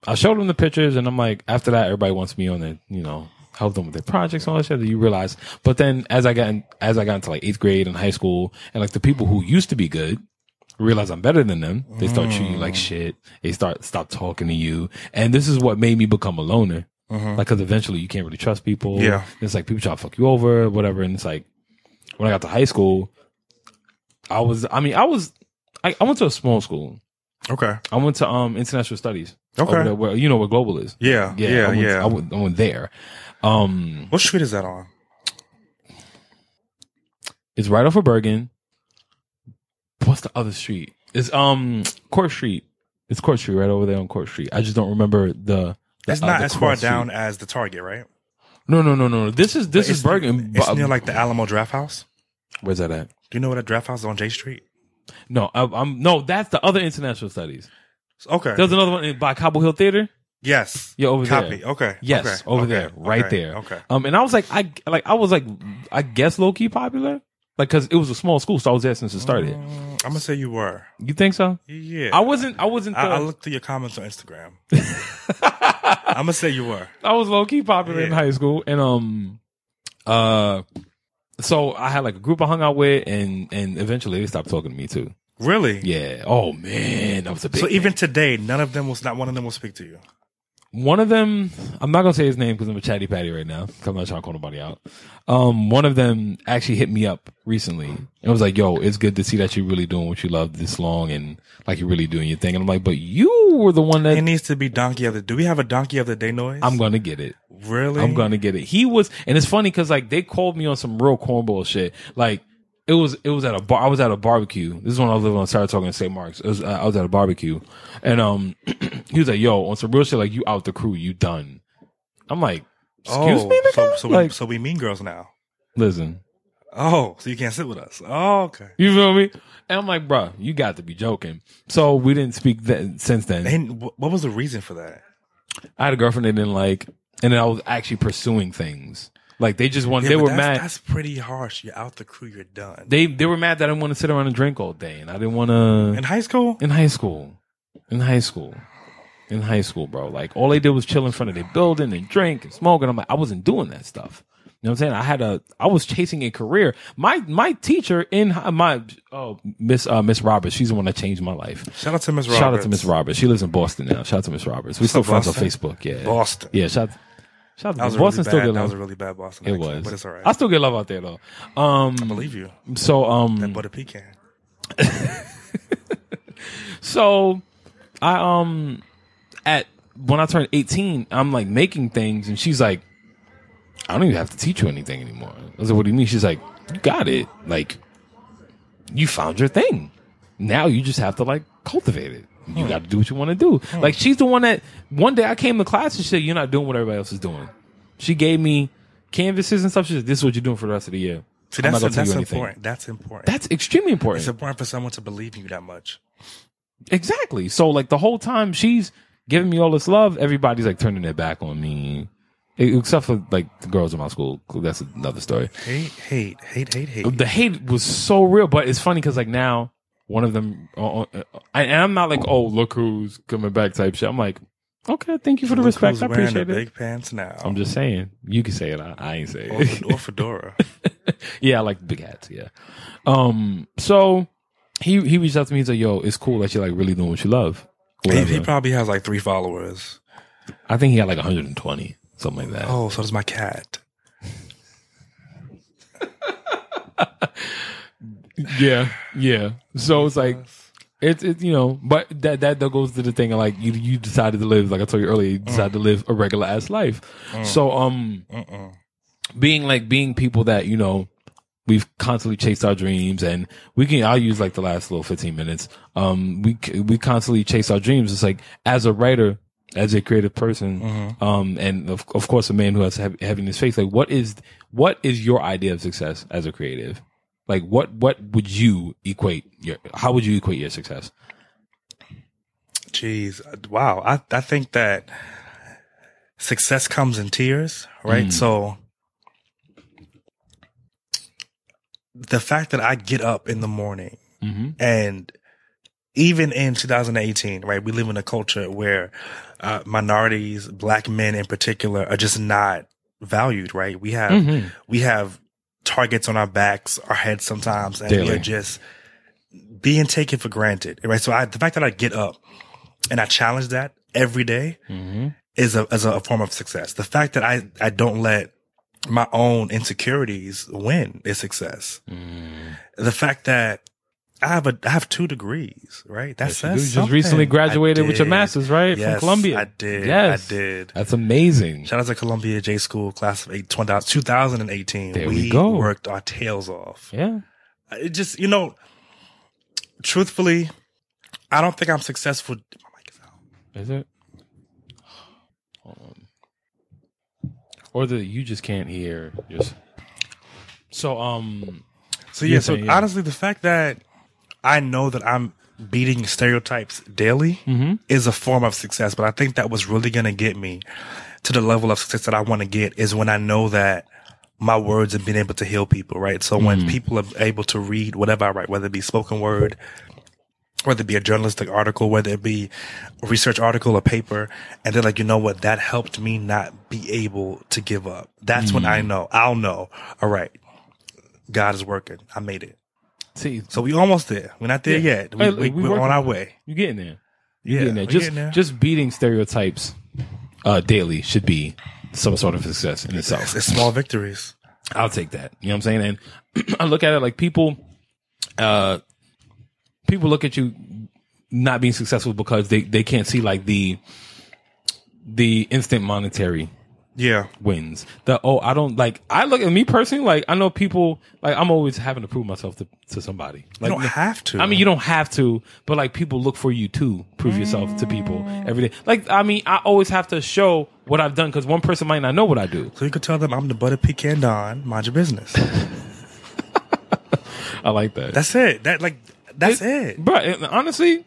S2: I showed him the pictures, and I'm like, after that, everybody wants me on the you know help them with their projects and all that shit that you realize. But then as I got in, as I got into like eighth grade and high school and like the people who used to be good realize I'm better than them. They start treating you
S3: Mm.
S2: like shit. They start stop talking to you. And this is what made me become a loner.
S3: Mm-hmm.
S2: Like, cause eventually you can't really trust people.
S3: Yeah.
S2: It's like people try to fuck you over, whatever. And it's like when I got to high school, I was, I mean, I was, I, I went to a small school.
S3: Okay.
S2: I went to um international studies.
S3: Okay.
S2: Over there where, you know where global is.
S3: Yeah. Yeah.
S2: I
S3: Yeah.
S2: went, I went, I went there. Um,
S3: what street is that on?
S2: it's right off of Bergen. What's the other street? It's um Court Street. It's Court Street right over there on Court Street. I just don't remember the. the
S3: It's
S2: uh,
S3: not
S2: the
S3: as far
S2: cross street.
S3: down as the Target, right?
S2: No, no, no, no. no. This is this
S3: But
S2: is Bergen.
S3: It's
S2: but-
S3: near like the Alamo Draft House.
S2: where's that at?
S3: Do you know what a draft house is on J Street?
S2: No, I, I'm no. That's the other international studies.
S3: Okay.
S2: There's another one in, by Cobble Hill Theater.
S3: yes.
S2: Yeah, over
S3: Copy.
S2: there.
S3: Okay.
S2: Yes,
S3: Okay.
S2: over
S3: Okay.
S2: there, right
S3: Okay.
S2: there.
S3: Okay.
S2: Um, and I was like, I like, I was like, I guess low key popular, like, cause it was a small school, so I was there since it started.
S3: I'm gonna say you were.
S2: You think so?
S3: Mm. Yeah.
S2: I wasn't. I wasn't. The,
S3: I, I
S2: I,
S3: looked through your comments on Instagram. I'm gonna say you were.
S2: was low key popular in
S3: Yeah.
S2: high school, and um, uh, so I had like a group I hung out with, and and eventually they stopped talking to me too.
S3: Really?
S2: Yeah. Oh man, that was a big.
S3: So even today, none of them will not one of them will speak to you.
S2: one of them i'm not gonna say his name because i'm a chatty patty right now 'cause i'm not trying to call nobody out um one of them actually hit me up recently and was like yo it's good to see that you're really doing what you love this long and like you're really doing your thing and i'm like but you were the one
S3: It
S2: that
S3: needs to be donkey of the. Do we have a donkey of the day noise?
S2: i'm gonna get it
S3: really.
S2: i'm gonna get it he was and it's funny because like they called me on some real cornball shit like it was it was at a bar i was at a barbecue this is when i was living on saratoga and st mark's it was, uh, i was at a barbecue and um he was like yo on some real shit like you out the crew you done i'm like Excuse
S3: oh,
S2: me, nigga?
S3: So, so,
S2: Like-
S3: we, so we mean girls now.
S2: Listen,
S3: Oh, so you can't sit with us. Oh, okay.
S2: you feel me? And I'm like, bruh, you got to be joking. So we didn't speak that since then.
S3: And wh- what was the reason for that?
S2: I had a girlfriend they didn't like, and then I was actually pursuing things. Like they just wanted,
S3: Yeah,
S2: they
S3: but
S2: were
S3: that's,
S2: mad.
S3: That's pretty harsh. You're out the crew. You're done.
S2: They they were mad that I didn't want to sit around and drink all day, and I didn't want to.
S3: in high school.
S2: In high school, in high school, in high school, bro. Like all they did was chill in front of their building and drink and smoke, and I'm like, I wasn't doing that stuff. You know what I'm saying? I had a, I was chasing a career. My my teacher in hi- my oh Miss uh, Miss Roberts, she's the one that changed my life.
S3: Shout out to Miss Roberts.
S2: Shout out to Miss Roberts. She lives in Boston now. Shout out to Miss Roberts. We still friends on
S3: Boston?
S2: Facebook. Yeah,
S3: Boston.
S2: Yeah, shout shout
S3: That
S2: out
S3: was
S2: to
S3: a
S2: Boston.
S3: really
S2: Still
S3: bad,
S2: get
S3: That was a
S2: love.
S3: really bad Boston.
S2: It
S3: accent,
S2: was.
S3: but it's all right.
S2: I
S3: I
S2: still get love out there though. Um.
S3: believe you.
S2: So um.
S3: But a pecan.
S2: So I um at when I turned 18, I'm like making things and she's like, I don't even have to teach you anything anymore. I was like, what do you mean? She's like, you got it. Like you found your thing. Now you just have to like cultivate it.
S3: Hmm.
S2: You got to do what you want to do. Like she's the one that one day I came to class and she said, you're not doing what everybody else is doing. She gave me canvases and stuff. She said, this is what you're doing for the rest of the year.
S3: See,
S2: I'm not gonna
S3: that's,
S2: tell
S3: that's
S2: you anything.
S3: important. That's important.
S2: That's extremely important.
S3: it's important for someone to believe in you that much.
S2: Exactly. So like the whole time she's giving me all this love, everybody's like turning their back on me, E, except for like the girls in my school. That's another story.
S3: Hate, hate, hate, hate, hate.
S2: The hate was so real, but it's funny because like now one of them, uh, uh, and I'm not like oh look who's coming back type shit. I'm like okay, thank you for the
S3: Look
S2: respect.
S3: who's
S2: I
S3: wearing the
S2: appreciate it.
S3: Big Oh, pants now.
S2: I'm just saying you can say it. I, I ain't say
S3: or,
S2: it.
S3: or fedora.
S2: yeah, I like the big hats. Yeah. Um. So he he reached out to me. He's like, yo, it's cool that you're like really doing what you love.
S3: he, he
S2: Whatever.
S3: probably has like three followers.
S2: I think he had like 120, something like that.
S3: Oh, so does my cat.
S2: Yeah, yeah. So it's like it's it's you know, but that that that goes to the thing of like you you decided to live like I told you earlier, you decided to live a regular ass life. So um, being like being people that you know we've constantly chased our dreams and we can i'll use like the last little 15 minutes um we c- we constantly chase our dreams it's like as a writer as a creative person um and of, of course a man who has hev- having this faith like what is what is your idea of success as a creative like what what would you equate your how would you equate your success
S3: Jeez, wow. I, I think that success comes in tears, right? So the fact that I get up in the morning
S2: mm-hmm.
S3: Um, and even in 2018, right, we live in a culture where uh, minorities, black men in particular, are just not valued, right? We have
S2: Mm-hmm.
S3: we have targets on our backs, our heads sometimes, and
S2: Daily.
S3: we're just being taken for granted, right? So I, the fact that I get up and I challenge that every day
S2: Mm-hmm.
S3: is a is a form of success. The fact that I I don't let my own insecurities win is success.
S2: Mm.
S3: The fact that I have a I have two degrees, right? That
S2: You
S3: says
S2: just recently
S3: something. I
S2: graduated with your
S3: did.
S2: master's, right?
S3: Yes,
S2: From Columbia.
S3: I did.
S2: Yes.
S3: I did.
S2: That's amazing.
S3: Shout out to Columbia J School class of eight- 2000 2018.
S2: There we go.
S3: worked our tails off.
S2: Yeah.
S3: It just, you know, truthfully, I don't think I'm successful. My mic is out.
S2: Is it? Hold on. Or that you just can't hear. Just so um.
S3: So yeah,
S2: You're
S3: so
S2: saying, yeah.
S3: honestly, the fact that I know that I'm beating stereotypes daily
S2: Mm-hmm.
S3: is a form of success. But I think that was really going to get me to the level of success that I want to get is when I know that my words have been able to heal people, right? So
S2: Mm-hmm.
S3: when people are able to read whatever I write, whether it be spoken word, whether it be a journalistic article, whether it be a research article, a paper, and they're like, you know what, that helped me not be able to give up. That's when
S2: Mm.
S3: I know, I'll know, all right, God is working. I made it.
S2: See,
S3: So we almost there. We're not there
S2: Yeah.
S3: yet. We,
S2: Hey,
S3: we,
S2: we
S3: we're
S2: working.
S3: on our way.
S2: you getting there?
S3: Yeah,
S2: getting
S3: we're
S2: there. Just
S3: getting there.
S2: just beating stereotypes uh, daily should be some sort of success in itself.
S3: it's small victories.
S2: I'll take that. You know what I'm saying? And I look at it like people, uh, people look at you not being successful because they they can't see like the the instant monetary
S3: Yeah,
S2: wins. The oh, I don't like. I look at me personally. Like I know people. Like I'm always having to prove myself to, to somebody.
S3: you
S2: Like
S3: don't have to.
S2: I mean, you don't have to, but like people look for you to prove yourself to people every day. Like I mean, I always have to show what I've done because one person might not know what I do.
S3: so you could tell them I'm the butter pecan don. Mind your business.
S2: I like that.
S3: That's it. That like that's it.
S2: But and honestly,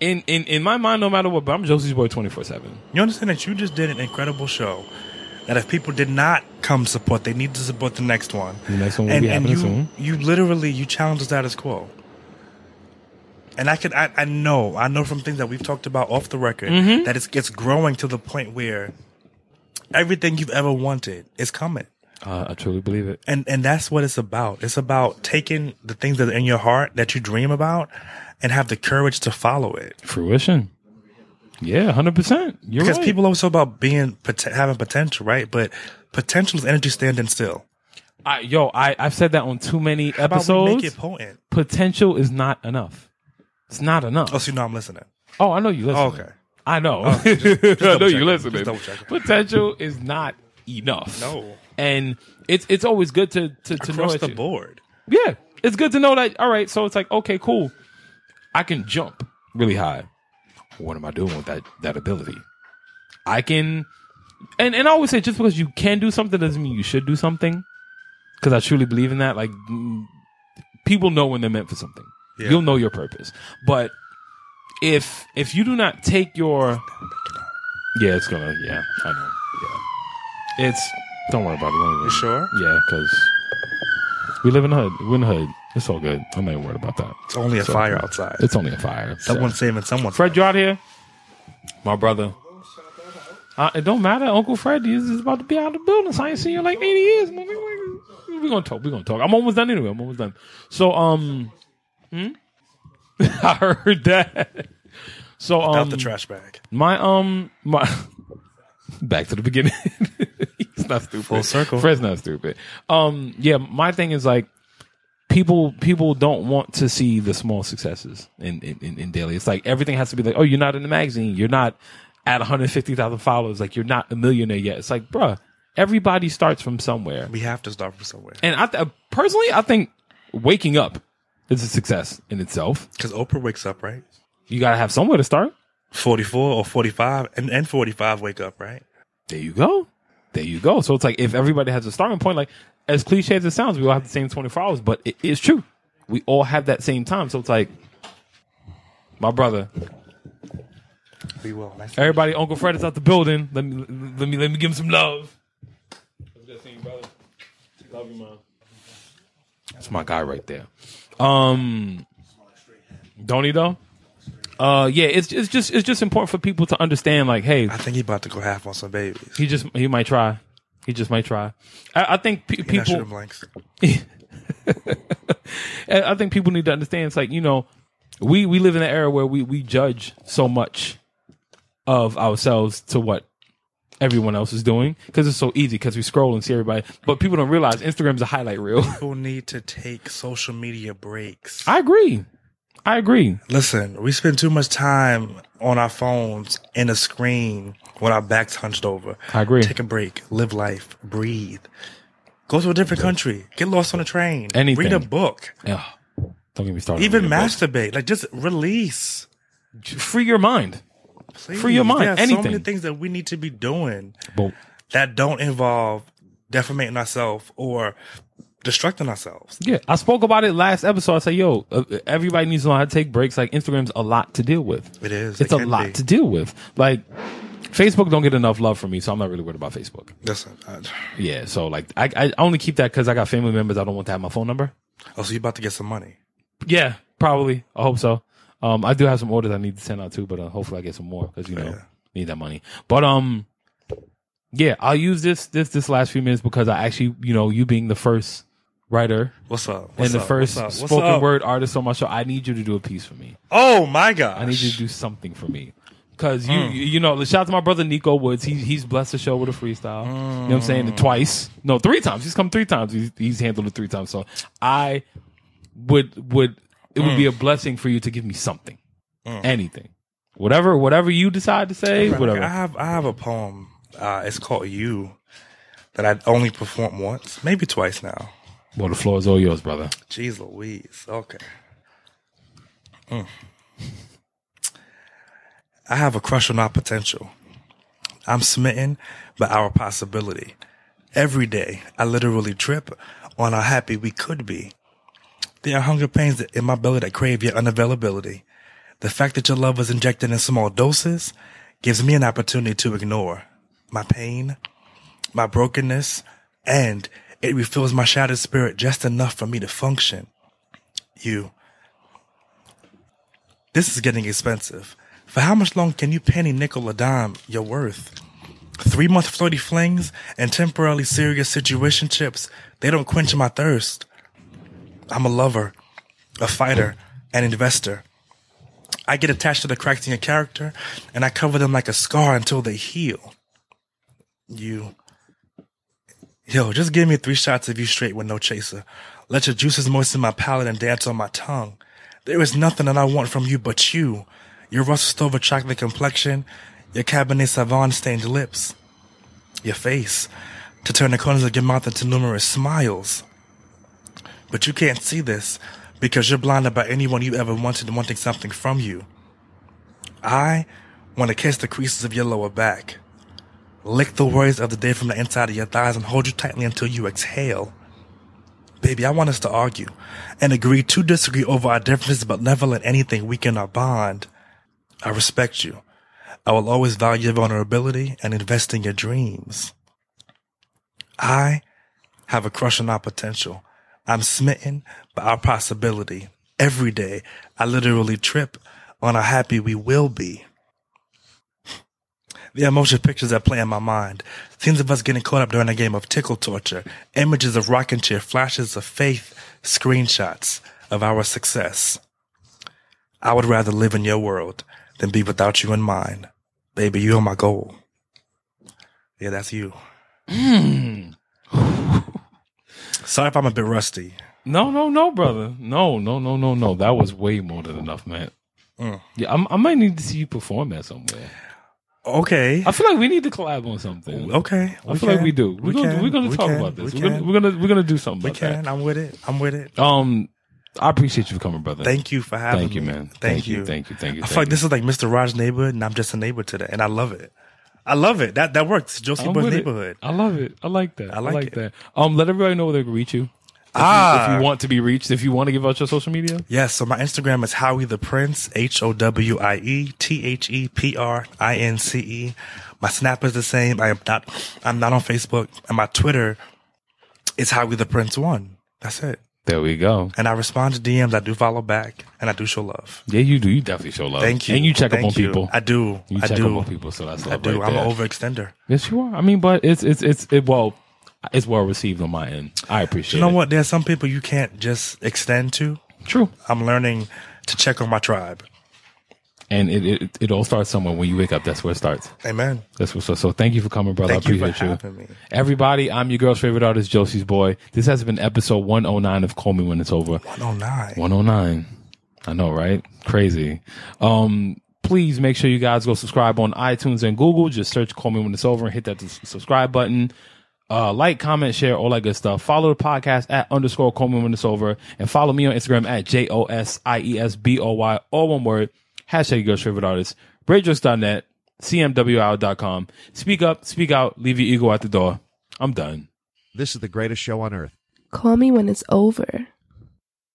S2: in in in my mind, no matter what, but I'm Josie's boy twenty four seven.
S3: You understand that you just did an incredible show. That if people did not come support, they need to support the next one.
S2: The next one will be happening
S3: you,
S2: soon.
S3: You literally you challenge the status quo. And I could I, I know, I know from things that we've talked about off the record that it's it's growing to the point where everything you've ever wanted is coming.
S2: Uh, I truly believe it.
S3: And and that's what it's about. It's about taking the things that are in your heart that you dream about and have the courage to follow it.
S2: Fruition. Yeah, hundred percent. You're
S3: Because
S2: right.
S3: people always talk about being pot- having potential, right? But potential is energy standing still.
S2: I, yo, I I've said that on too many
S3: How
S2: episodes.
S3: about we make it potent?
S2: Potential is not enough. It's not enough.
S3: Oh, so you know I'm listening.
S2: Oh, I know you listen.
S3: Oh, okay.
S2: I know. I know
S3: double
S2: you
S3: checking.
S2: listen.
S3: Just double checking.
S2: Potential is not enough.
S3: No.
S2: And it's it's always good to to, to know
S3: Across
S2: that
S3: the
S2: you-
S3: board.
S2: Yeah. It's good to know that all right, so it's like, okay, cool. I can jump really high. What am I doing with that that ability? I can and, and I always say just because you can do something doesn't mean you should do something. Cause I truly believe in that. Like mm, people know when they're meant for something.
S3: Yeah.
S2: You'll know your purpose. But if if you do not take your yeah, it's gonna yeah, I know yeah, it's don't worry about it. Don't worry.
S3: You sure?
S2: Yeah, because we live in the hood. We're in the hood. It's all good. I'm not even worried about that.
S3: It's only a fire outside.
S2: It's only a fire.
S3: Someone's
S2: So-
S3: saving someone.
S2: Fred, you out here? My brother. Uh, it don't matter. Uncle Fred is is about to be out of the building. So I ain't seen you in like 80 years. man. We- we gonna talk. We're gonna talk. I'm almost done anyway. I'm almost done. So, um, hmm? I heard that. So, um,
S3: out the trash bag.
S2: my um my back to the beginning. He's not stupid.
S3: Full circle.
S2: Fred's not stupid. Um yeah, my thing is like people people don't want to see the small successes in in, in, in daily. It's like everything has to be like, oh, you're not in the magazine, you're not at 150,000 followers, like you're not a millionaire yet. It's like, bruh, everybody starts from somewhere.
S3: We have to start from somewhere.
S2: And I th- personally, I think waking up is a success in itself.
S3: Because Oprah wakes up, right?
S2: You got to have somewhere to start.
S3: 44 or 45 and, and 45 wake up, right?
S2: There you go. There you go. So it's like if everybody has a starting point, like as cliche as it sounds, we all have the same 24 hours, but it is true. We all have that same time. So it's like, my brother,
S3: We will. Nice.
S2: everybody, Uncle Fred is out the building. Let me let me let me give him some love. It's good seeing you, brother. Love you, man. That's my guy right there. Um, don't he though? Uh, yeah. It's it's just it's just important for people to understand. Like, hey,
S3: I think he about to go half on some babies.
S2: he just he might try. He just might try. I, I think pe-
S3: You're not
S2: people.
S3: shooting blanks.
S2: And I think people need to understand. It's like you know, we we live in an era where we we judge so much of ourselves to what everyone else is doing because it's so easy because we scroll and see everybody. But people don't realize Instagram's a highlight reel.
S3: People need to take social media breaks.
S2: I agree. I agree.
S3: Listen, we spend too much time on our phones in a screen when our backs hunched over.
S2: I agree.
S3: Take a break. Live life. Breathe. Go to a different country. Get lost on a train.
S2: Anything.
S3: Read a book.
S2: Ugh. Don't get me started.
S3: Even
S2: Read a
S3: masturbate. Like just release.
S2: book. free your mind.
S3: Please.
S2: Free your mind.
S3: There are so many
S2: Anything.
S3: things that we need to be doing
S2: Boom.
S3: that don't involve defamating ourselves or destructing ourselves.
S2: Yeah, I spoke about it last episode. I said, "Yo, uh, everybody needs to know how to take breaks. Like Instagram's a lot to deal with.
S3: It is.
S2: It's
S3: It
S2: a
S3: can
S2: lot
S3: be.
S2: to deal with. Like Facebook don't get enough love from me, so I'm not really worried about Facebook.
S3: Listen. I,
S2: Yeah, so like I, I only keep that because I got family members. I don't want to have my phone number.
S3: oh, so you about to get some money.
S2: Yeah, probably. I hope so. Um, I do have some orders I need to send out too, but uh, hopefully I get some more because you know
S3: Yeah.
S2: need that money. But um, yeah, I'll use this this this last few minutes because I actually you know you being the first writer
S3: What's up?
S2: and
S3: What's
S2: the
S3: up?
S2: first
S3: What's up? What's
S2: spoken
S3: up?
S2: word artist on my show, I need you to do a piece for me.
S3: Oh my gosh.
S2: I need you to do something for me. Cause you,
S3: Mm.
S2: you you know, shout out to my brother Nico Woods. He's he's blessed the show with a freestyle. You know what I'm saying?
S3: Mm.
S2: Twice, no, three times. He's come three times. He's, he's handled it three times. So I would would it would
S3: Mm.
S2: be a blessing for you to give me something, anything, whatever whatever you decide to say,
S3: Right,
S2: whatever.
S3: I have I have a poem. Uh, it's called "You," that I only performed once, maybe twice now.
S2: well, the floor is all yours, brother.
S3: Jeez Louise. Okay. Mm. I have a crush on our potential. I'm smitten by our possibility. Every day, I literally trip on how happy we could be. There are hunger pains in my belly that crave your unavailability. The fact that your love is injected in small doses gives me an opportunity to ignore my pain, my brokenness, and it refills my shattered spirit just enough for me to function. You. This is getting expensive. For how much long can you penny nickel or dime your worth? Three month flirty flings and temporarily serious situationships, they don't quench my thirst. I'm a lover, a fighter, an investor. I get attached to the cracks in your character and I cover them like a scar until they heal. You. Yo, just give me three shots of you straight with no chaser. Let your juices moisten my palate and dance on my tongue. There is nothing that I want from you but you. Your Russell Stover chocolate complexion, your Cabernet Sauvignon stained lips, your face, to turn the corners of your mouth into numerous smiles. But you can't see this because you're blinded by anyone you ever wanted wanting something from you. I want to kiss the creases of your lower back. Lick the worries of the day from the inside of your thighs and hold you tightly until you exhale. Baby, I want us to argue and agree to disagree over our differences, but never let anything weaken our bond. I respect you. I will always value your vulnerability and invest in your dreams. I have a crush on our potential. I'm smitten by our possibility. Every day, I literally trip on how happy we will be. The emotion pictures that play in my mind. Scenes of us getting caught up during a game of tickle torture. Images of rocking chair, flashes of faith, screenshots of our success. I would rather live in your world than be without you in mine. Baby, you are my goal. Yeah, that's you.
S2: Hmm.
S3: Sorry if I'm a bit rusty.
S2: No, no, no, brother. No, no, no, no, no. That was way more than enough, man.
S3: Mm.
S2: Yeah, I'm, I might need to see you perform that somewhere.
S3: Okay.
S2: I feel like we need to collab on something.
S3: Oh, Okay.
S2: I feel like we do. We're gonna
S3: can.
S2: we're gonna
S3: We
S2: talk
S3: can.
S2: about this.
S3: We
S2: We are gonna
S3: can.
S2: we're gonna we're gonna do something
S3: We
S2: about that.
S3: can. I'm with it. I'm with it.
S2: Um, I appreciate you for coming, brother.
S3: Thank you for having
S2: Thank you,
S3: me.
S2: man.
S3: Thank,
S2: Thank you,
S3: you.
S2: thank you, thank you,
S3: I
S2: thank
S3: feel like
S2: you.
S3: this is like Mr. Raj's neighborhood, and I'm just a neighbor today, and I love it. I love it. That that works. Josie
S2: I'm
S3: Boy's
S2: with it.
S3: neighborhood.
S2: I love it. I like that. I like,
S3: like it.
S2: that. Um, let everybody know where they can reach you. If
S3: Ah.
S2: you, if you want to be reached, if you want to give out your social media,
S3: Yes, so my Instagram is Howie the Prince, H O W I E T H E P R I N C E. My Snap is the same. I am not I'm not on Facebook. And my Twitter is Howie the Prince One. That's it.
S2: There we go.
S3: And I respond to DMs. I do follow back, and I do show love.
S2: Yeah, you do. You definitely show love.
S3: Thank you.
S2: And you check
S3: Thank
S2: up on
S3: you.
S2: people.
S3: I do.
S2: You
S3: I
S2: check
S3: do.
S2: up on people, so that's love
S3: I do.
S2: right
S3: I'm
S2: there.
S3: an overextender.
S2: Yes, you are. I mean, but it's it's it's it. Well, it's well received on my end. I appreciate.
S3: You know
S2: it.
S3: what? There's some people you can't just extend to.
S2: True.
S3: I'm learning to check on my tribe.
S2: And it, it it all starts somewhere. When you wake up, that's where it starts.
S3: Amen.
S2: That's what's up. So thank you for coming, brother.
S3: Thank
S2: I
S3: you for
S2: appreciate you.
S3: having me.
S2: Everybody, I'm your girl's favorite artist, Josie's boy. This has been episode 109 of Call Me When It's Over.
S3: 109.
S2: 109. I know, right? Crazy. Um, please make sure you guys go subscribe on iTunes and Google. Just search Call Me When It's Over and hit that s- subscribe button. Uh, like, comment, share, all that good stuff. Follow the podcast at underscore Call Me When It's Over and follow me on Instagram at J O S I E S B O Y, all one word. Hashtag your girl's favorite artist. Radios.net, CMWOwl.com. Speak up, speak out, leave your ego at the door. I'm done.
S5: This is the greatest show on earth.
S1: Call me when it's over.